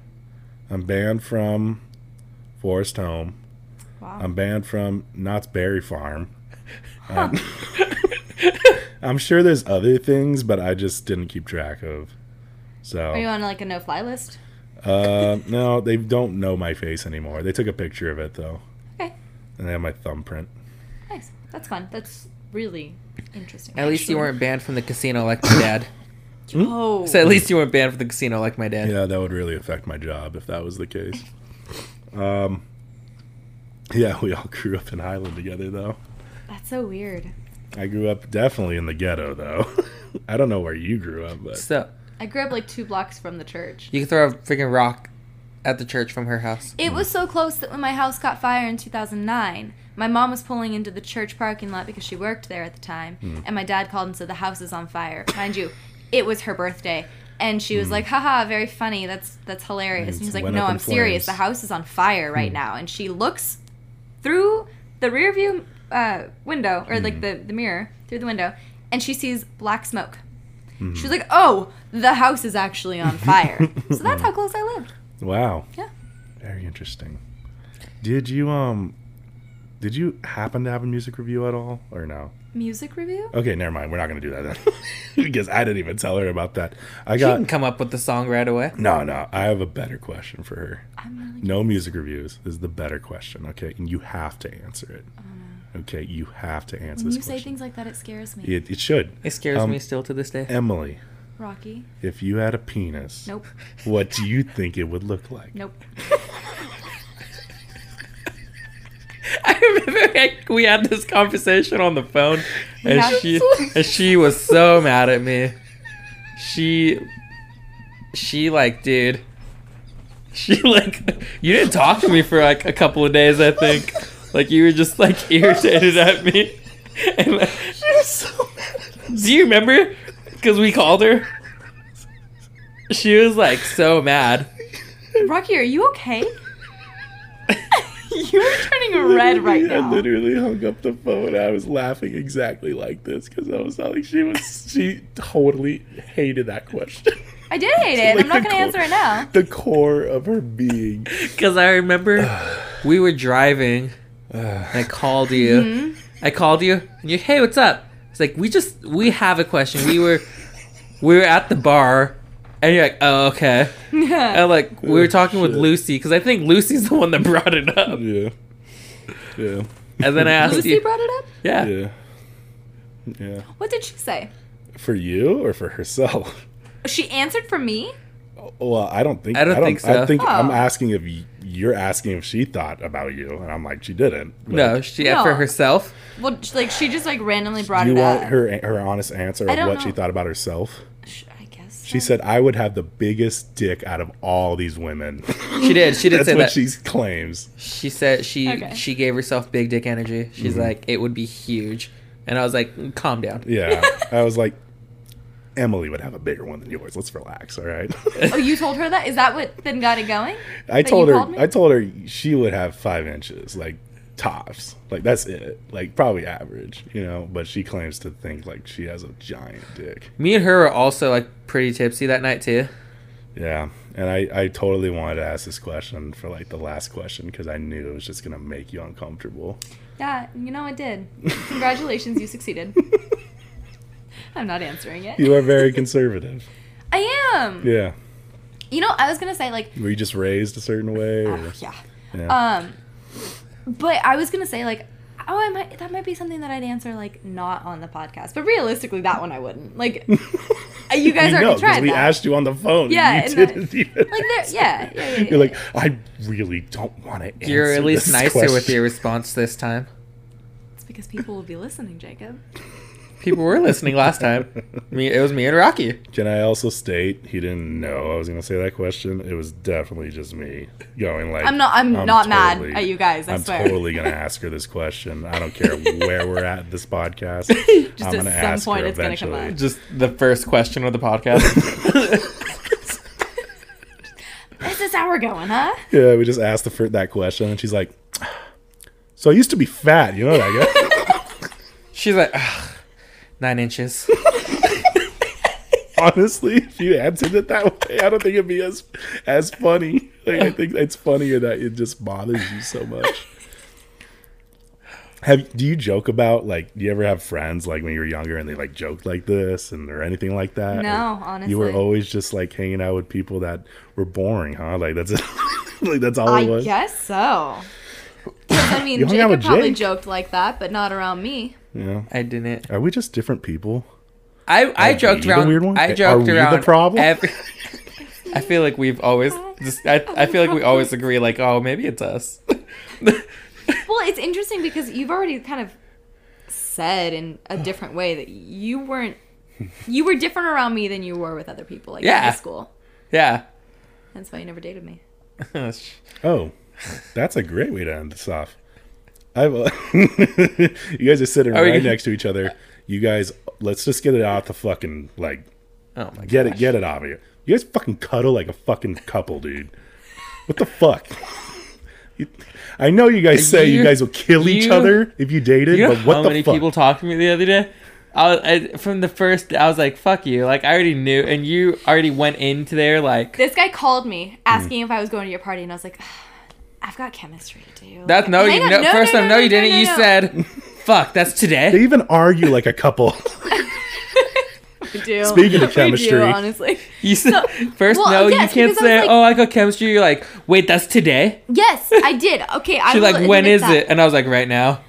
Speaker 3: I'm banned from Forest Home.
Speaker 2: wow.
Speaker 3: I'm banned from Knott's Berry Farm. Um, I'm sure there's other things, but I just didn't keep track of.
Speaker 2: Are you
Speaker 3: So,
Speaker 2: on like a no-fly list?
Speaker 3: uh, no, they don't know my face anymore. They took a picture of it though,
Speaker 2: Okay.
Speaker 3: and they have my thumbprint.
Speaker 2: Nice. That's fun. That's really interesting.
Speaker 1: At least Hmm? you weren't banned from the casino like my dad.
Speaker 2: Oh.
Speaker 1: So at least you weren't banned from the casino like my dad.
Speaker 3: Yeah, that would really affect my job if that was the case. Um, yeah, we all grew up in Highland together though.
Speaker 2: That's so weird.
Speaker 3: I grew up definitely in the ghetto though. I don't know where you grew up, but
Speaker 1: So
Speaker 2: I grew up like two blocks from the church.
Speaker 1: you can throw a freaking rock at the church from her house.
Speaker 2: It was so close that when my house caught fire in 2009, my mom was pulling into the church parking lot because she worked there at the time,
Speaker 3: Mm.
Speaker 2: and my dad called and said the house is on fire. Mind you, it was her birthday, and she was like, "Haha, very funny. That's that's hilarious."
Speaker 3: it
Speaker 2: And he's like,
Speaker 3: Mm. went
Speaker 2: "No,
Speaker 3: up in
Speaker 2: I'm serious.
Speaker 3: flames." Hmm.
Speaker 2: The house is on fire right now." And she looks through the rear view uh, window or
Speaker 3: Mm.
Speaker 2: like the, the mirror through the window, and she sees black smoke.
Speaker 3: Mm-hmm.
Speaker 2: She was like, "Oh, the house is actually on fire." so that's
Speaker 3: Mm-hmm.
Speaker 2: how close I lived.
Speaker 3: wow.
Speaker 2: Yeah.
Speaker 3: Very interesting. Did you um did you happen to have a music review at all or no?
Speaker 2: Music review.
Speaker 3: Okay, never mind. We're not going to do that then. because I didn't even tell her about that. I
Speaker 1: She can
Speaker 3: got
Speaker 1: come up with the song right away.
Speaker 3: No, no. I have a better question for her.
Speaker 2: I'm really
Speaker 3: No music reviews is the better question, okay? And you have to answer it. Okay, you have to answer
Speaker 2: When
Speaker 3: this
Speaker 2: you say
Speaker 3: question.
Speaker 2: things like that, it scares me.
Speaker 3: it, it should.
Speaker 1: It scares
Speaker 3: Um,
Speaker 1: me still to this day.
Speaker 3: Emily,
Speaker 2: Rocky.
Speaker 3: if you had a penis,
Speaker 2: Nope.
Speaker 3: what do you think it would look like?
Speaker 2: Nope.
Speaker 1: I remember like, we had this conversation on the phone, and
Speaker 2: Yeah.
Speaker 1: she and she was so mad at me. She, she like, dude. She like, you didn't talk to me for like a couple of days. I think, like, you were just like irritated at me. And like, do you remember? Because we called her. She was like so mad.
Speaker 2: Rocky, are you okay? you are turning red right
Speaker 3: I
Speaker 2: now.
Speaker 3: literally hung up the phone. I was laughing exactly like this because I was like, she was, she totally hated that question.
Speaker 2: I did hate it. I'm not
Speaker 3: Like,
Speaker 2: gonna answer it now.
Speaker 3: The core of her being.
Speaker 1: Because I remember we were driving. and I called you.
Speaker 2: Mm-hmm.
Speaker 1: I called you. And you, hey, what's up? It's like we just we have a question. We were we were at the bar, and you're like, oh okay. And like we were talking with
Speaker 3: shit.
Speaker 1: Lucy because I think Lucy's the one that brought it up.
Speaker 3: Yeah. Yeah.
Speaker 1: And then I asked
Speaker 2: Lucy
Speaker 1: you,
Speaker 2: brought it up.
Speaker 1: yeah.
Speaker 3: Yeah. Yeah.
Speaker 2: What did she say?
Speaker 3: For you or for herself?
Speaker 2: She answered for me.
Speaker 3: Well, I don't think
Speaker 1: I don't think so.
Speaker 3: I think I'm
Speaker 2: Oh.
Speaker 3: asking if y- you're asking if she thought about you, and I'm like, she didn't. Like,
Speaker 1: No, she
Speaker 2: No.
Speaker 1: for herself.
Speaker 2: Well, j- like she just like randomly brought
Speaker 3: Do you
Speaker 2: it
Speaker 3: want
Speaker 2: up.
Speaker 3: her her honest answer
Speaker 2: I
Speaker 3: of
Speaker 2: don't
Speaker 3: what
Speaker 2: know.
Speaker 3: she thought about herself?
Speaker 2: Sh- I guess.
Speaker 3: She
Speaker 2: so.
Speaker 3: said, "I would have the biggest dick out of all these women."
Speaker 1: She did. She did
Speaker 3: That's
Speaker 1: say
Speaker 3: what
Speaker 1: that. She,
Speaker 3: she claims.
Speaker 1: said she
Speaker 2: Okay.
Speaker 1: she gave herself big dick energy. She's like, it would be huge. And I was like, calm down.
Speaker 3: Yeah, I was like, Emily would have a bigger one than yours. Let's relax, all right?
Speaker 2: "Oh, you told her that? Is that what then got it going?"
Speaker 3: I
Speaker 2: But
Speaker 3: told
Speaker 2: you
Speaker 3: her,
Speaker 2: called me?
Speaker 3: I told her she would have five inches, like tops, like that's it, like probably average, you know. But she claims to think like she has a giant dick.
Speaker 1: Me and her were also like pretty tipsy that night too.
Speaker 3: Yeah, and I, I totally wanted to ask this question for like the last question because I knew it was just gonna make you uncomfortable.
Speaker 2: Yeah, you know it did. Congratulations, you succeeded. I'm not answering it.
Speaker 3: You are very conservative.
Speaker 2: I am.
Speaker 3: Yeah,
Speaker 2: You know, I was gonna say like
Speaker 3: were you just raised a certain way? Or,
Speaker 2: Yeah.
Speaker 3: yeah.
Speaker 2: Ah. Um, but I was gonna say like, oh, I might that might be something that I'd answer like not on the podcast, but realistically that one I wouldn't. Like, uh, you guys
Speaker 3: we
Speaker 2: already
Speaker 3: know because
Speaker 2: tried
Speaker 3: we
Speaker 2: that.
Speaker 3: asked you on the phone.
Speaker 2: Yeah,
Speaker 3: Yeah,
Speaker 2: and
Speaker 3: you
Speaker 2: that-
Speaker 3: didn't even
Speaker 2: like there, yeah, yeah, yeah, yeah,
Speaker 3: You're like,
Speaker 2: yeah.
Speaker 3: I really don't want to answer.
Speaker 1: You're at least
Speaker 3: this
Speaker 1: nicer with
Speaker 3: question."
Speaker 1: your response this time.
Speaker 2: it's because people will be listening, Jacob.
Speaker 1: People were listening last time. Me, it was me and Rocky.
Speaker 3: Can I also state he didn't know I was going to say that question? It was definitely just me going like
Speaker 2: I'm not- I'm not mad at you guys, I
Speaker 3: am
Speaker 2: swear.
Speaker 3: totally going to ask her this question. I don't care where we're at in this podcast.
Speaker 2: Just
Speaker 3: I'm
Speaker 2: at
Speaker 3: going to
Speaker 2: some
Speaker 3: ask
Speaker 2: point
Speaker 3: her
Speaker 2: it's gonna come
Speaker 3: eventually.
Speaker 2: up.
Speaker 1: Just the first question of the podcast.
Speaker 2: This is how we're going, huh?
Speaker 3: Yeah, we just asked the fir- that question, and she's like, "So I used to be fat, you know that
Speaker 1: She's like, Ugh, nine inches.
Speaker 3: guy." Honestly, if you answered it that way, I don't think it'd be as as funny. Like, I think it's funnier that it just bothers you so much. Have do you joke about like? Do you ever have friends like when you were younger and they like joked like this and or anything like that?
Speaker 2: No,
Speaker 3: Or you were
Speaker 2: honestly.
Speaker 3: always just like hanging out with people that were boring, huh? Like that's it. like that's all it
Speaker 2: I
Speaker 3: was.
Speaker 2: guess so. 'Cause, I mean,
Speaker 3: You hung out
Speaker 2: Jacob
Speaker 3: with
Speaker 2: probably
Speaker 3: Jake.
Speaker 2: joked like that, but not around me.
Speaker 3: Yeah.
Speaker 1: I didn't.
Speaker 3: Are we just different people?
Speaker 1: I, I
Speaker 3: we
Speaker 1: joked
Speaker 3: the
Speaker 1: around.
Speaker 3: weird one?
Speaker 1: I
Speaker 3: Are
Speaker 1: joked
Speaker 3: we the
Speaker 1: around.
Speaker 3: problem?
Speaker 1: every- I feel like we've always just. I, I feel like we always agree. Like, oh, maybe it's us.
Speaker 2: Well, it's interesting because you've already kind of said in a different way that you weren't, you were different around me than you were with other people, like in
Speaker 1: Yeah.
Speaker 2: high school.
Speaker 1: yeah.
Speaker 2: That's why you never dated me.
Speaker 3: Oh, that's a great way to end this off. I've, you guys are sitting
Speaker 1: Are we
Speaker 3: right
Speaker 1: gonna-
Speaker 3: next to each other. You guys, let's just get it out the fucking like
Speaker 1: Oh my
Speaker 3: get it get it out of here. You guys fucking cuddle like a fucking couple, dude. What the fuck? You- I know you guys say you,
Speaker 1: You-
Speaker 3: guys will kill each
Speaker 1: you-
Speaker 3: other if you dated,
Speaker 1: You know
Speaker 3: but what
Speaker 1: how
Speaker 3: the
Speaker 1: many
Speaker 3: fuck?
Speaker 1: people talked to me the other day? I, was, I from the first, I was like, "Fuck you!" Like I already knew, and you already went into there like
Speaker 2: This guy called
Speaker 1: Mm.
Speaker 2: me asking if I was going to your party, and I was like, I've got chemistry to do.
Speaker 1: that's no,
Speaker 2: Hang
Speaker 1: you
Speaker 2: on,
Speaker 1: no, first time no, you didn't.
Speaker 2: no,
Speaker 1: you
Speaker 2: no.
Speaker 1: said, "Fuck, that's
Speaker 3: they
Speaker 1: today."
Speaker 3: even argue like a couple.
Speaker 2: We do.
Speaker 3: Speaking of
Speaker 2: We do,
Speaker 3: chemistry.
Speaker 2: honestly.
Speaker 1: You said first
Speaker 2: well,
Speaker 1: no,
Speaker 2: yes,
Speaker 1: you can't
Speaker 2: because I was
Speaker 1: say,
Speaker 2: like-
Speaker 1: "Oh, I got chemistry." You're like, "Wait, that's today."
Speaker 2: Yes, I did. Okay, I
Speaker 1: She's
Speaker 2: will
Speaker 1: like, "When
Speaker 2: admit
Speaker 1: is
Speaker 2: that.
Speaker 1: it?" And I was like, "Right now."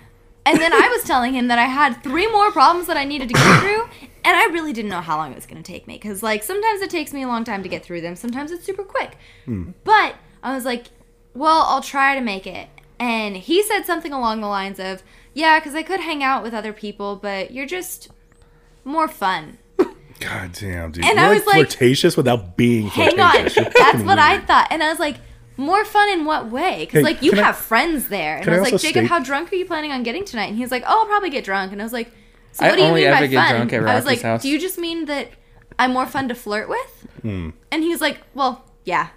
Speaker 2: And then I was telling him that I had three more problems that I needed to get through, and I really didn't know how long it was going to take me because, like, sometimes it takes me a long time to get through them, sometimes it's super quick. But I was like, well, I'll try to make it. And he said something along the lines of, yeah, because I could hang out with other people, but you're just more fun.
Speaker 3: God damn, dude.
Speaker 2: And
Speaker 3: You're
Speaker 2: I
Speaker 3: like
Speaker 2: was like-
Speaker 3: flirtatious without being
Speaker 2: Hang on,
Speaker 3: flirtatious. You're
Speaker 2: that's
Speaker 3: fucking
Speaker 2: what I
Speaker 3: weird.
Speaker 2: thought. And I was like, more fun in what way? Because
Speaker 3: Hey,
Speaker 2: like you
Speaker 3: can I-
Speaker 2: have friends there. And
Speaker 3: can
Speaker 2: I
Speaker 3: I
Speaker 2: was like,
Speaker 3: also
Speaker 2: Jacob,
Speaker 3: state-
Speaker 2: how drunk are you planning on getting tonight? And he was like, Oh, I'll probably get drunk. And I was like, So
Speaker 1: I
Speaker 2: what do you
Speaker 1: only
Speaker 2: mean
Speaker 1: ever
Speaker 2: by
Speaker 1: get
Speaker 2: fun?
Speaker 1: drunk at
Speaker 2: I
Speaker 1: Rocky's
Speaker 2: was like,
Speaker 1: house.
Speaker 2: Do you just mean that I'm more fun to flirt with?
Speaker 3: Hmm.
Speaker 2: And he was like, Well, yeah.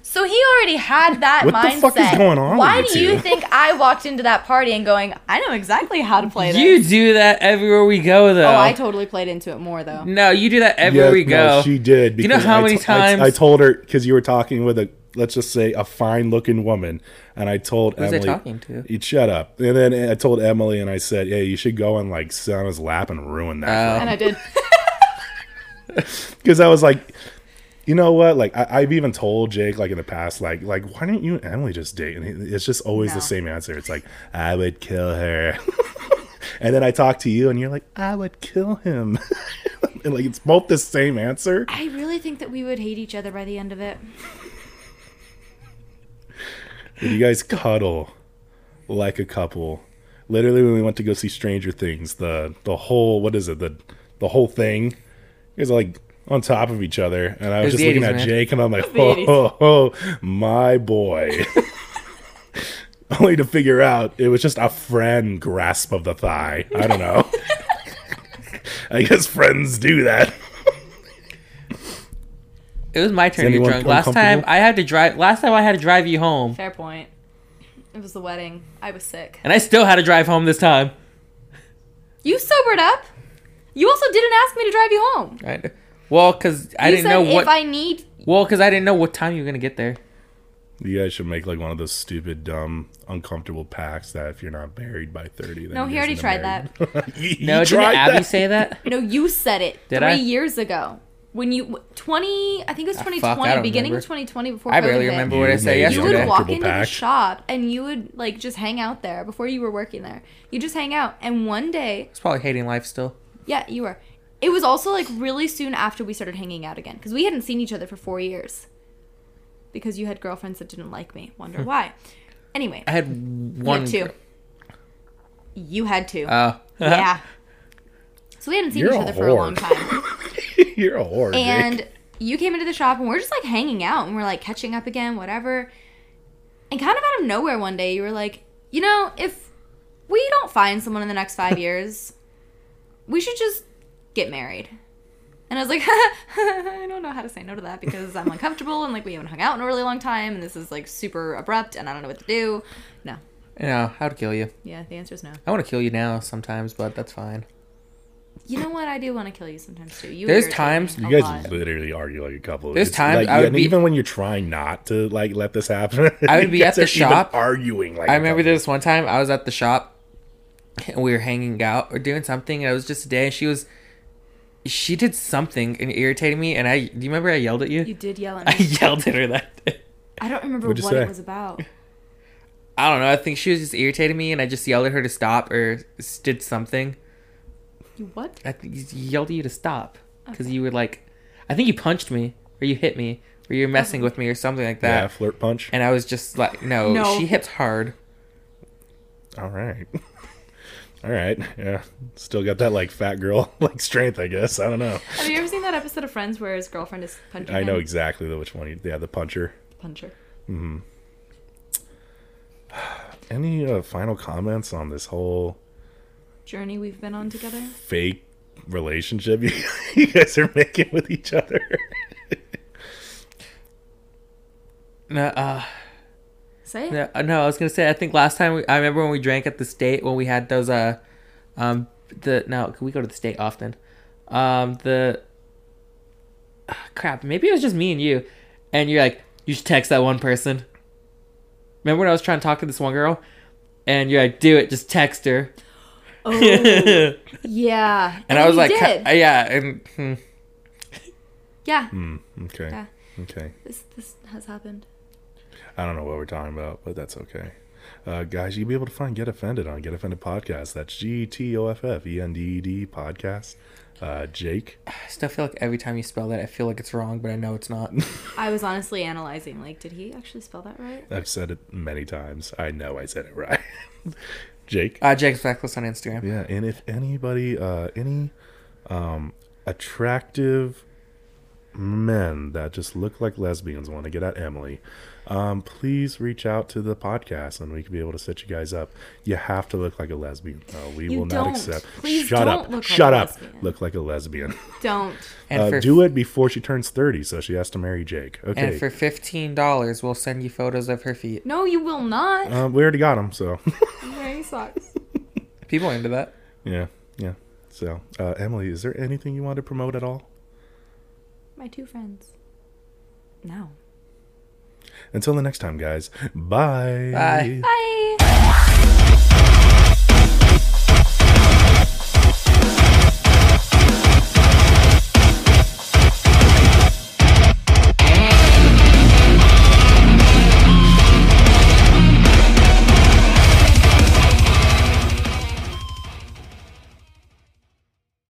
Speaker 2: So he already had that
Speaker 3: What
Speaker 2: mindset.
Speaker 3: the fuck is going on
Speaker 2: Why
Speaker 3: with
Speaker 2: do
Speaker 3: you
Speaker 2: you
Speaker 3: two?
Speaker 2: think I walked into that party and going, I know exactly how to play this?
Speaker 1: You do that everywhere we go, though.
Speaker 2: oh, I totally played into it more though.
Speaker 1: no, you do that everywhere
Speaker 3: Yeah,
Speaker 1: we go.
Speaker 3: no, she did.
Speaker 1: You know
Speaker 3: because
Speaker 1: how
Speaker 3: I
Speaker 1: many
Speaker 3: to- I-
Speaker 1: times
Speaker 3: I, told her because you were talking with a let's just say a fine looking woman, and I told
Speaker 1: was I
Speaker 3: Emily,
Speaker 1: talking to?
Speaker 3: "You shut up." And then I told Emily, and I said, "Yeah, you should go on like sit on his lap and ruin
Speaker 1: Oh.
Speaker 3: that."
Speaker 2: And I did.
Speaker 3: Because I was like, you know what? Like I, I've even told Jake like in the past, like like why didn't you and Emily just date? And he, it's just always
Speaker 2: No.
Speaker 3: the same answer. It's like I would kill her. And then I talk to you, and you're like, "I would kill him," and like it's both the same answer.
Speaker 2: I really think that we would hate each other by the end of it.
Speaker 3: Did you guys cuddle like a couple? Literally, when we went to go see Stranger Things, the the whole what is it the the whole thing? You guys are like on top of each other, and I was,
Speaker 1: was
Speaker 3: just
Speaker 1: the
Speaker 3: looking
Speaker 1: 80s,
Speaker 3: at
Speaker 1: man.
Speaker 3: Jake, and I'm like,
Speaker 2: the
Speaker 3: "Oh,
Speaker 2: 80s.
Speaker 3: ho, ho, my boy." Only to figure out it was just a friend grasp of the thigh. I don't know. I guess friends do that.
Speaker 1: It was my turn to get
Speaker 3: anyone
Speaker 1: drunk. Last time
Speaker 3: uncomfortable?
Speaker 1: I had to drive. Last time I had to drive you home,
Speaker 2: Fair point. It was the wedding. I was sick.
Speaker 1: and I still had to drive home this time.
Speaker 2: You sobered up. You also didn't ask me to drive you home.
Speaker 1: I, well, because I
Speaker 2: you
Speaker 1: didn't know
Speaker 2: if
Speaker 1: what.
Speaker 2: I need.
Speaker 1: well, because I didn't know what time you were gonna get there.
Speaker 3: You guys should make like one of those stupid, dumb, uncomfortable pacts that if you're not married by 30, then
Speaker 2: No, he
Speaker 3: you're
Speaker 2: already
Speaker 3: just
Speaker 2: tried
Speaker 3: married.
Speaker 2: that.
Speaker 3: you, you
Speaker 1: No, didn't
Speaker 3: tried
Speaker 1: Abby
Speaker 3: that.
Speaker 1: say that?
Speaker 2: No, you said it
Speaker 1: Did
Speaker 2: three
Speaker 1: I? Ah,
Speaker 2: years ago when you twenty. I think it was twenty
Speaker 1: fuck, I
Speaker 2: twenty,
Speaker 1: don't
Speaker 2: beginning
Speaker 1: remember.
Speaker 2: of twenty twenty before.
Speaker 1: I
Speaker 2: COVID
Speaker 1: barely
Speaker 2: hit.
Speaker 1: remember what I
Speaker 3: You
Speaker 1: said
Speaker 3: made
Speaker 2: You
Speaker 3: your
Speaker 1: yesterday.
Speaker 2: would
Speaker 3: Uncomfortable
Speaker 2: walk into the
Speaker 3: pack.
Speaker 2: shop and you would like just hang out there before you were working there. You just hang out, and one day,
Speaker 1: It's probably hating life still.
Speaker 2: yeah, you were. It was also like really soon after we started hanging out again because we hadn't seen each other for four years. Because you had girlfriends that didn't like me.
Speaker 3: Hmm.
Speaker 2: Wonder why. Anyway,
Speaker 1: I had one.
Speaker 2: One, two. You had two.
Speaker 1: Oh.
Speaker 2: yeah. So we hadn't seen
Speaker 3: Uh, You're
Speaker 2: each
Speaker 3: a
Speaker 2: other for a long
Speaker 3: whore.
Speaker 2: time.
Speaker 3: You're a whore. Jake.
Speaker 2: and you came into the shop and we're just like hanging out and we're like catching up again whatever and kind of out of nowhere one day you were like you know if we don't find someone in the next five years we should just get married and i was like i don't know how to say no to that because i'm uncomfortable and like we haven't hung out in a really long time and this is like super abrupt and i don't know what to do no
Speaker 1: You know, how to kill you.
Speaker 2: yeah the answer is no
Speaker 1: I want to kill you now sometimes, but that's fine.
Speaker 2: you know what i do want to kill you sometimes too you
Speaker 1: There's
Speaker 2: irritate me
Speaker 1: times-
Speaker 2: a
Speaker 1: You
Speaker 3: You guys
Speaker 2: lot.
Speaker 3: literally argue like a couple.
Speaker 1: There's
Speaker 3: It's
Speaker 1: times
Speaker 3: like,
Speaker 1: I would
Speaker 3: and
Speaker 1: be-
Speaker 3: even when you're trying not to like let this happen.
Speaker 1: I would
Speaker 3: you
Speaker 1: be at
Speaker 3: guys
Speaker 1: the
Speaker 3: are even
Speaker 1: shop.
Speaker 3: arguing. Like
Speaker 1: I
Speaker 3: a
Speaker 1: remember
Speaker 3: couple.
Speaker 1: this one time I was at the shop and we were hanging out or doing something and it was just a day and she was she did something and it irritated me and I do you remember I yelled at you?
Speaker 2: you did yell at
Speaker 1: I
Speaker 2: me
Speaker 1: yelled at her that day.
Speaker 2: i don't remember what
Speaker 3: What'd you
Speaker 2: it
Speaker 3: say?
Speaker 2: was about
Speaker 1: I don't know, I think she was just irritating me and I just yelled at her to stop or s- did something.
Speaker 2: you what
Speaker 1: I think you yelled at you to stop because you were like I think you punched me or you hit me or you were messing with me or something like that.
Speaker 3: yeah, flirt punch.
Speaker 1: And I was just like, no,
Speaker 2: No.
Speaker 1: she hits hard.
Speaker 3: All right. All right. Yeah. Still got that like fat girl like strength, I guess. I don't know.
Speaker 2: Have you ever seen that episode of Friends where his girlfriend is punching
Speaker 3: I
Speaker 2: him?
Speaker 3: know exactly the which one. You, yeah, the puncher.
Speaker 2: puncher.
Speaker 3: Any uh, final comments on this whole
Speaker 2: Journey we've been on together.
Speaker 3: fake relationship you, you guys are making with each other?
Speaker 1: No, uh,
Speaker 2: Say it.
Speaker 1: no, uh, no, I was gonna say. I think last time we, I remember when we drank at the state when we had those. Uh, um, the no, we go to the state often. Um, the Ah, crap. Maybe it was just me and you, and you're like, you should text that one person. Remember when I was trying to talk to this one girl, and you're like, do it, just text her.
Speaker 2: Oh,
Speaker 1: and,
Speaker 2: yeah. And,
Speaker 1: I was
Speaker 2: you
Speaker 1: like,
Speaker 2: did.
Speaker 1: "Ca- yeah, and hmm,
Speaker 2: yeah.
Speaker 3: Hmm, Okay.
Speaker 2: Yeah.
Speaker 3: Okay.
Speaker 2: This this has happened.
Speaker 3: I don't know what we're talking about, but that's okay. Uh, guys, you'll be able to find Get Offended on Get Offended Podcast. That's G T O F F E N D E D podcast. Uh, Jake,
Speaker 1: I still feel like every time you spell that, I feel like it's wrong, but I know it's not.
Speaker 2: I was honestly analyzing. Like, did he actually spell that right?
Speaker 3: I've said it many times. I know I said it right. Jake.
Speaker 1: Uh, Jake's Blacklist on Instagram.
Speaker 3: Yeah, and if anybody, uh, any um, attractive men that just look like lesbians want to get at Emily, um, please reach out to the podcast and we can be able to set you guys up. You have to look like a lesbian. Uh, we
Speaker 2: You
Speaker 3: will
Speaker 2: don't.
Speaker 3: not accept.
Speaker 2: Please
Speaker 3: Shut
Speaker 2: don't
Speaker 3: up.
Speaker 2: look like
Speaker 3: Shut
Speaker 2: a
Speaker 3: up.
Speaker 2: lesbian.
Speaker 3: Look like a lesbian.
Speaker 2: Don't.
Speaker 1: And
Speaker 3: Uh,
Speaker 1: for
Speaker 3: do it before she turns 30, so she has to marry Jake.
Speaker 1: And
Speaker 3: Okay.
Speaker 1: for fifteen dollars, we'll send you photos of her feet.
Speaker 2: No, you will not.
Speaker 1: Uh.
Speaker 3: um, we already got him, so.
Speaker 2: I'm wearing socks.
Speaker 1: People are into that.
Speaker 3: yeah. Yeah. So, uh, Emily, is there anything you want to promote at all?
Speaker 2: My two friends. No.
Speaker 3: Until the next time, guys. Bye.
Speaker 1: Bye.
Speaker 2: Bye.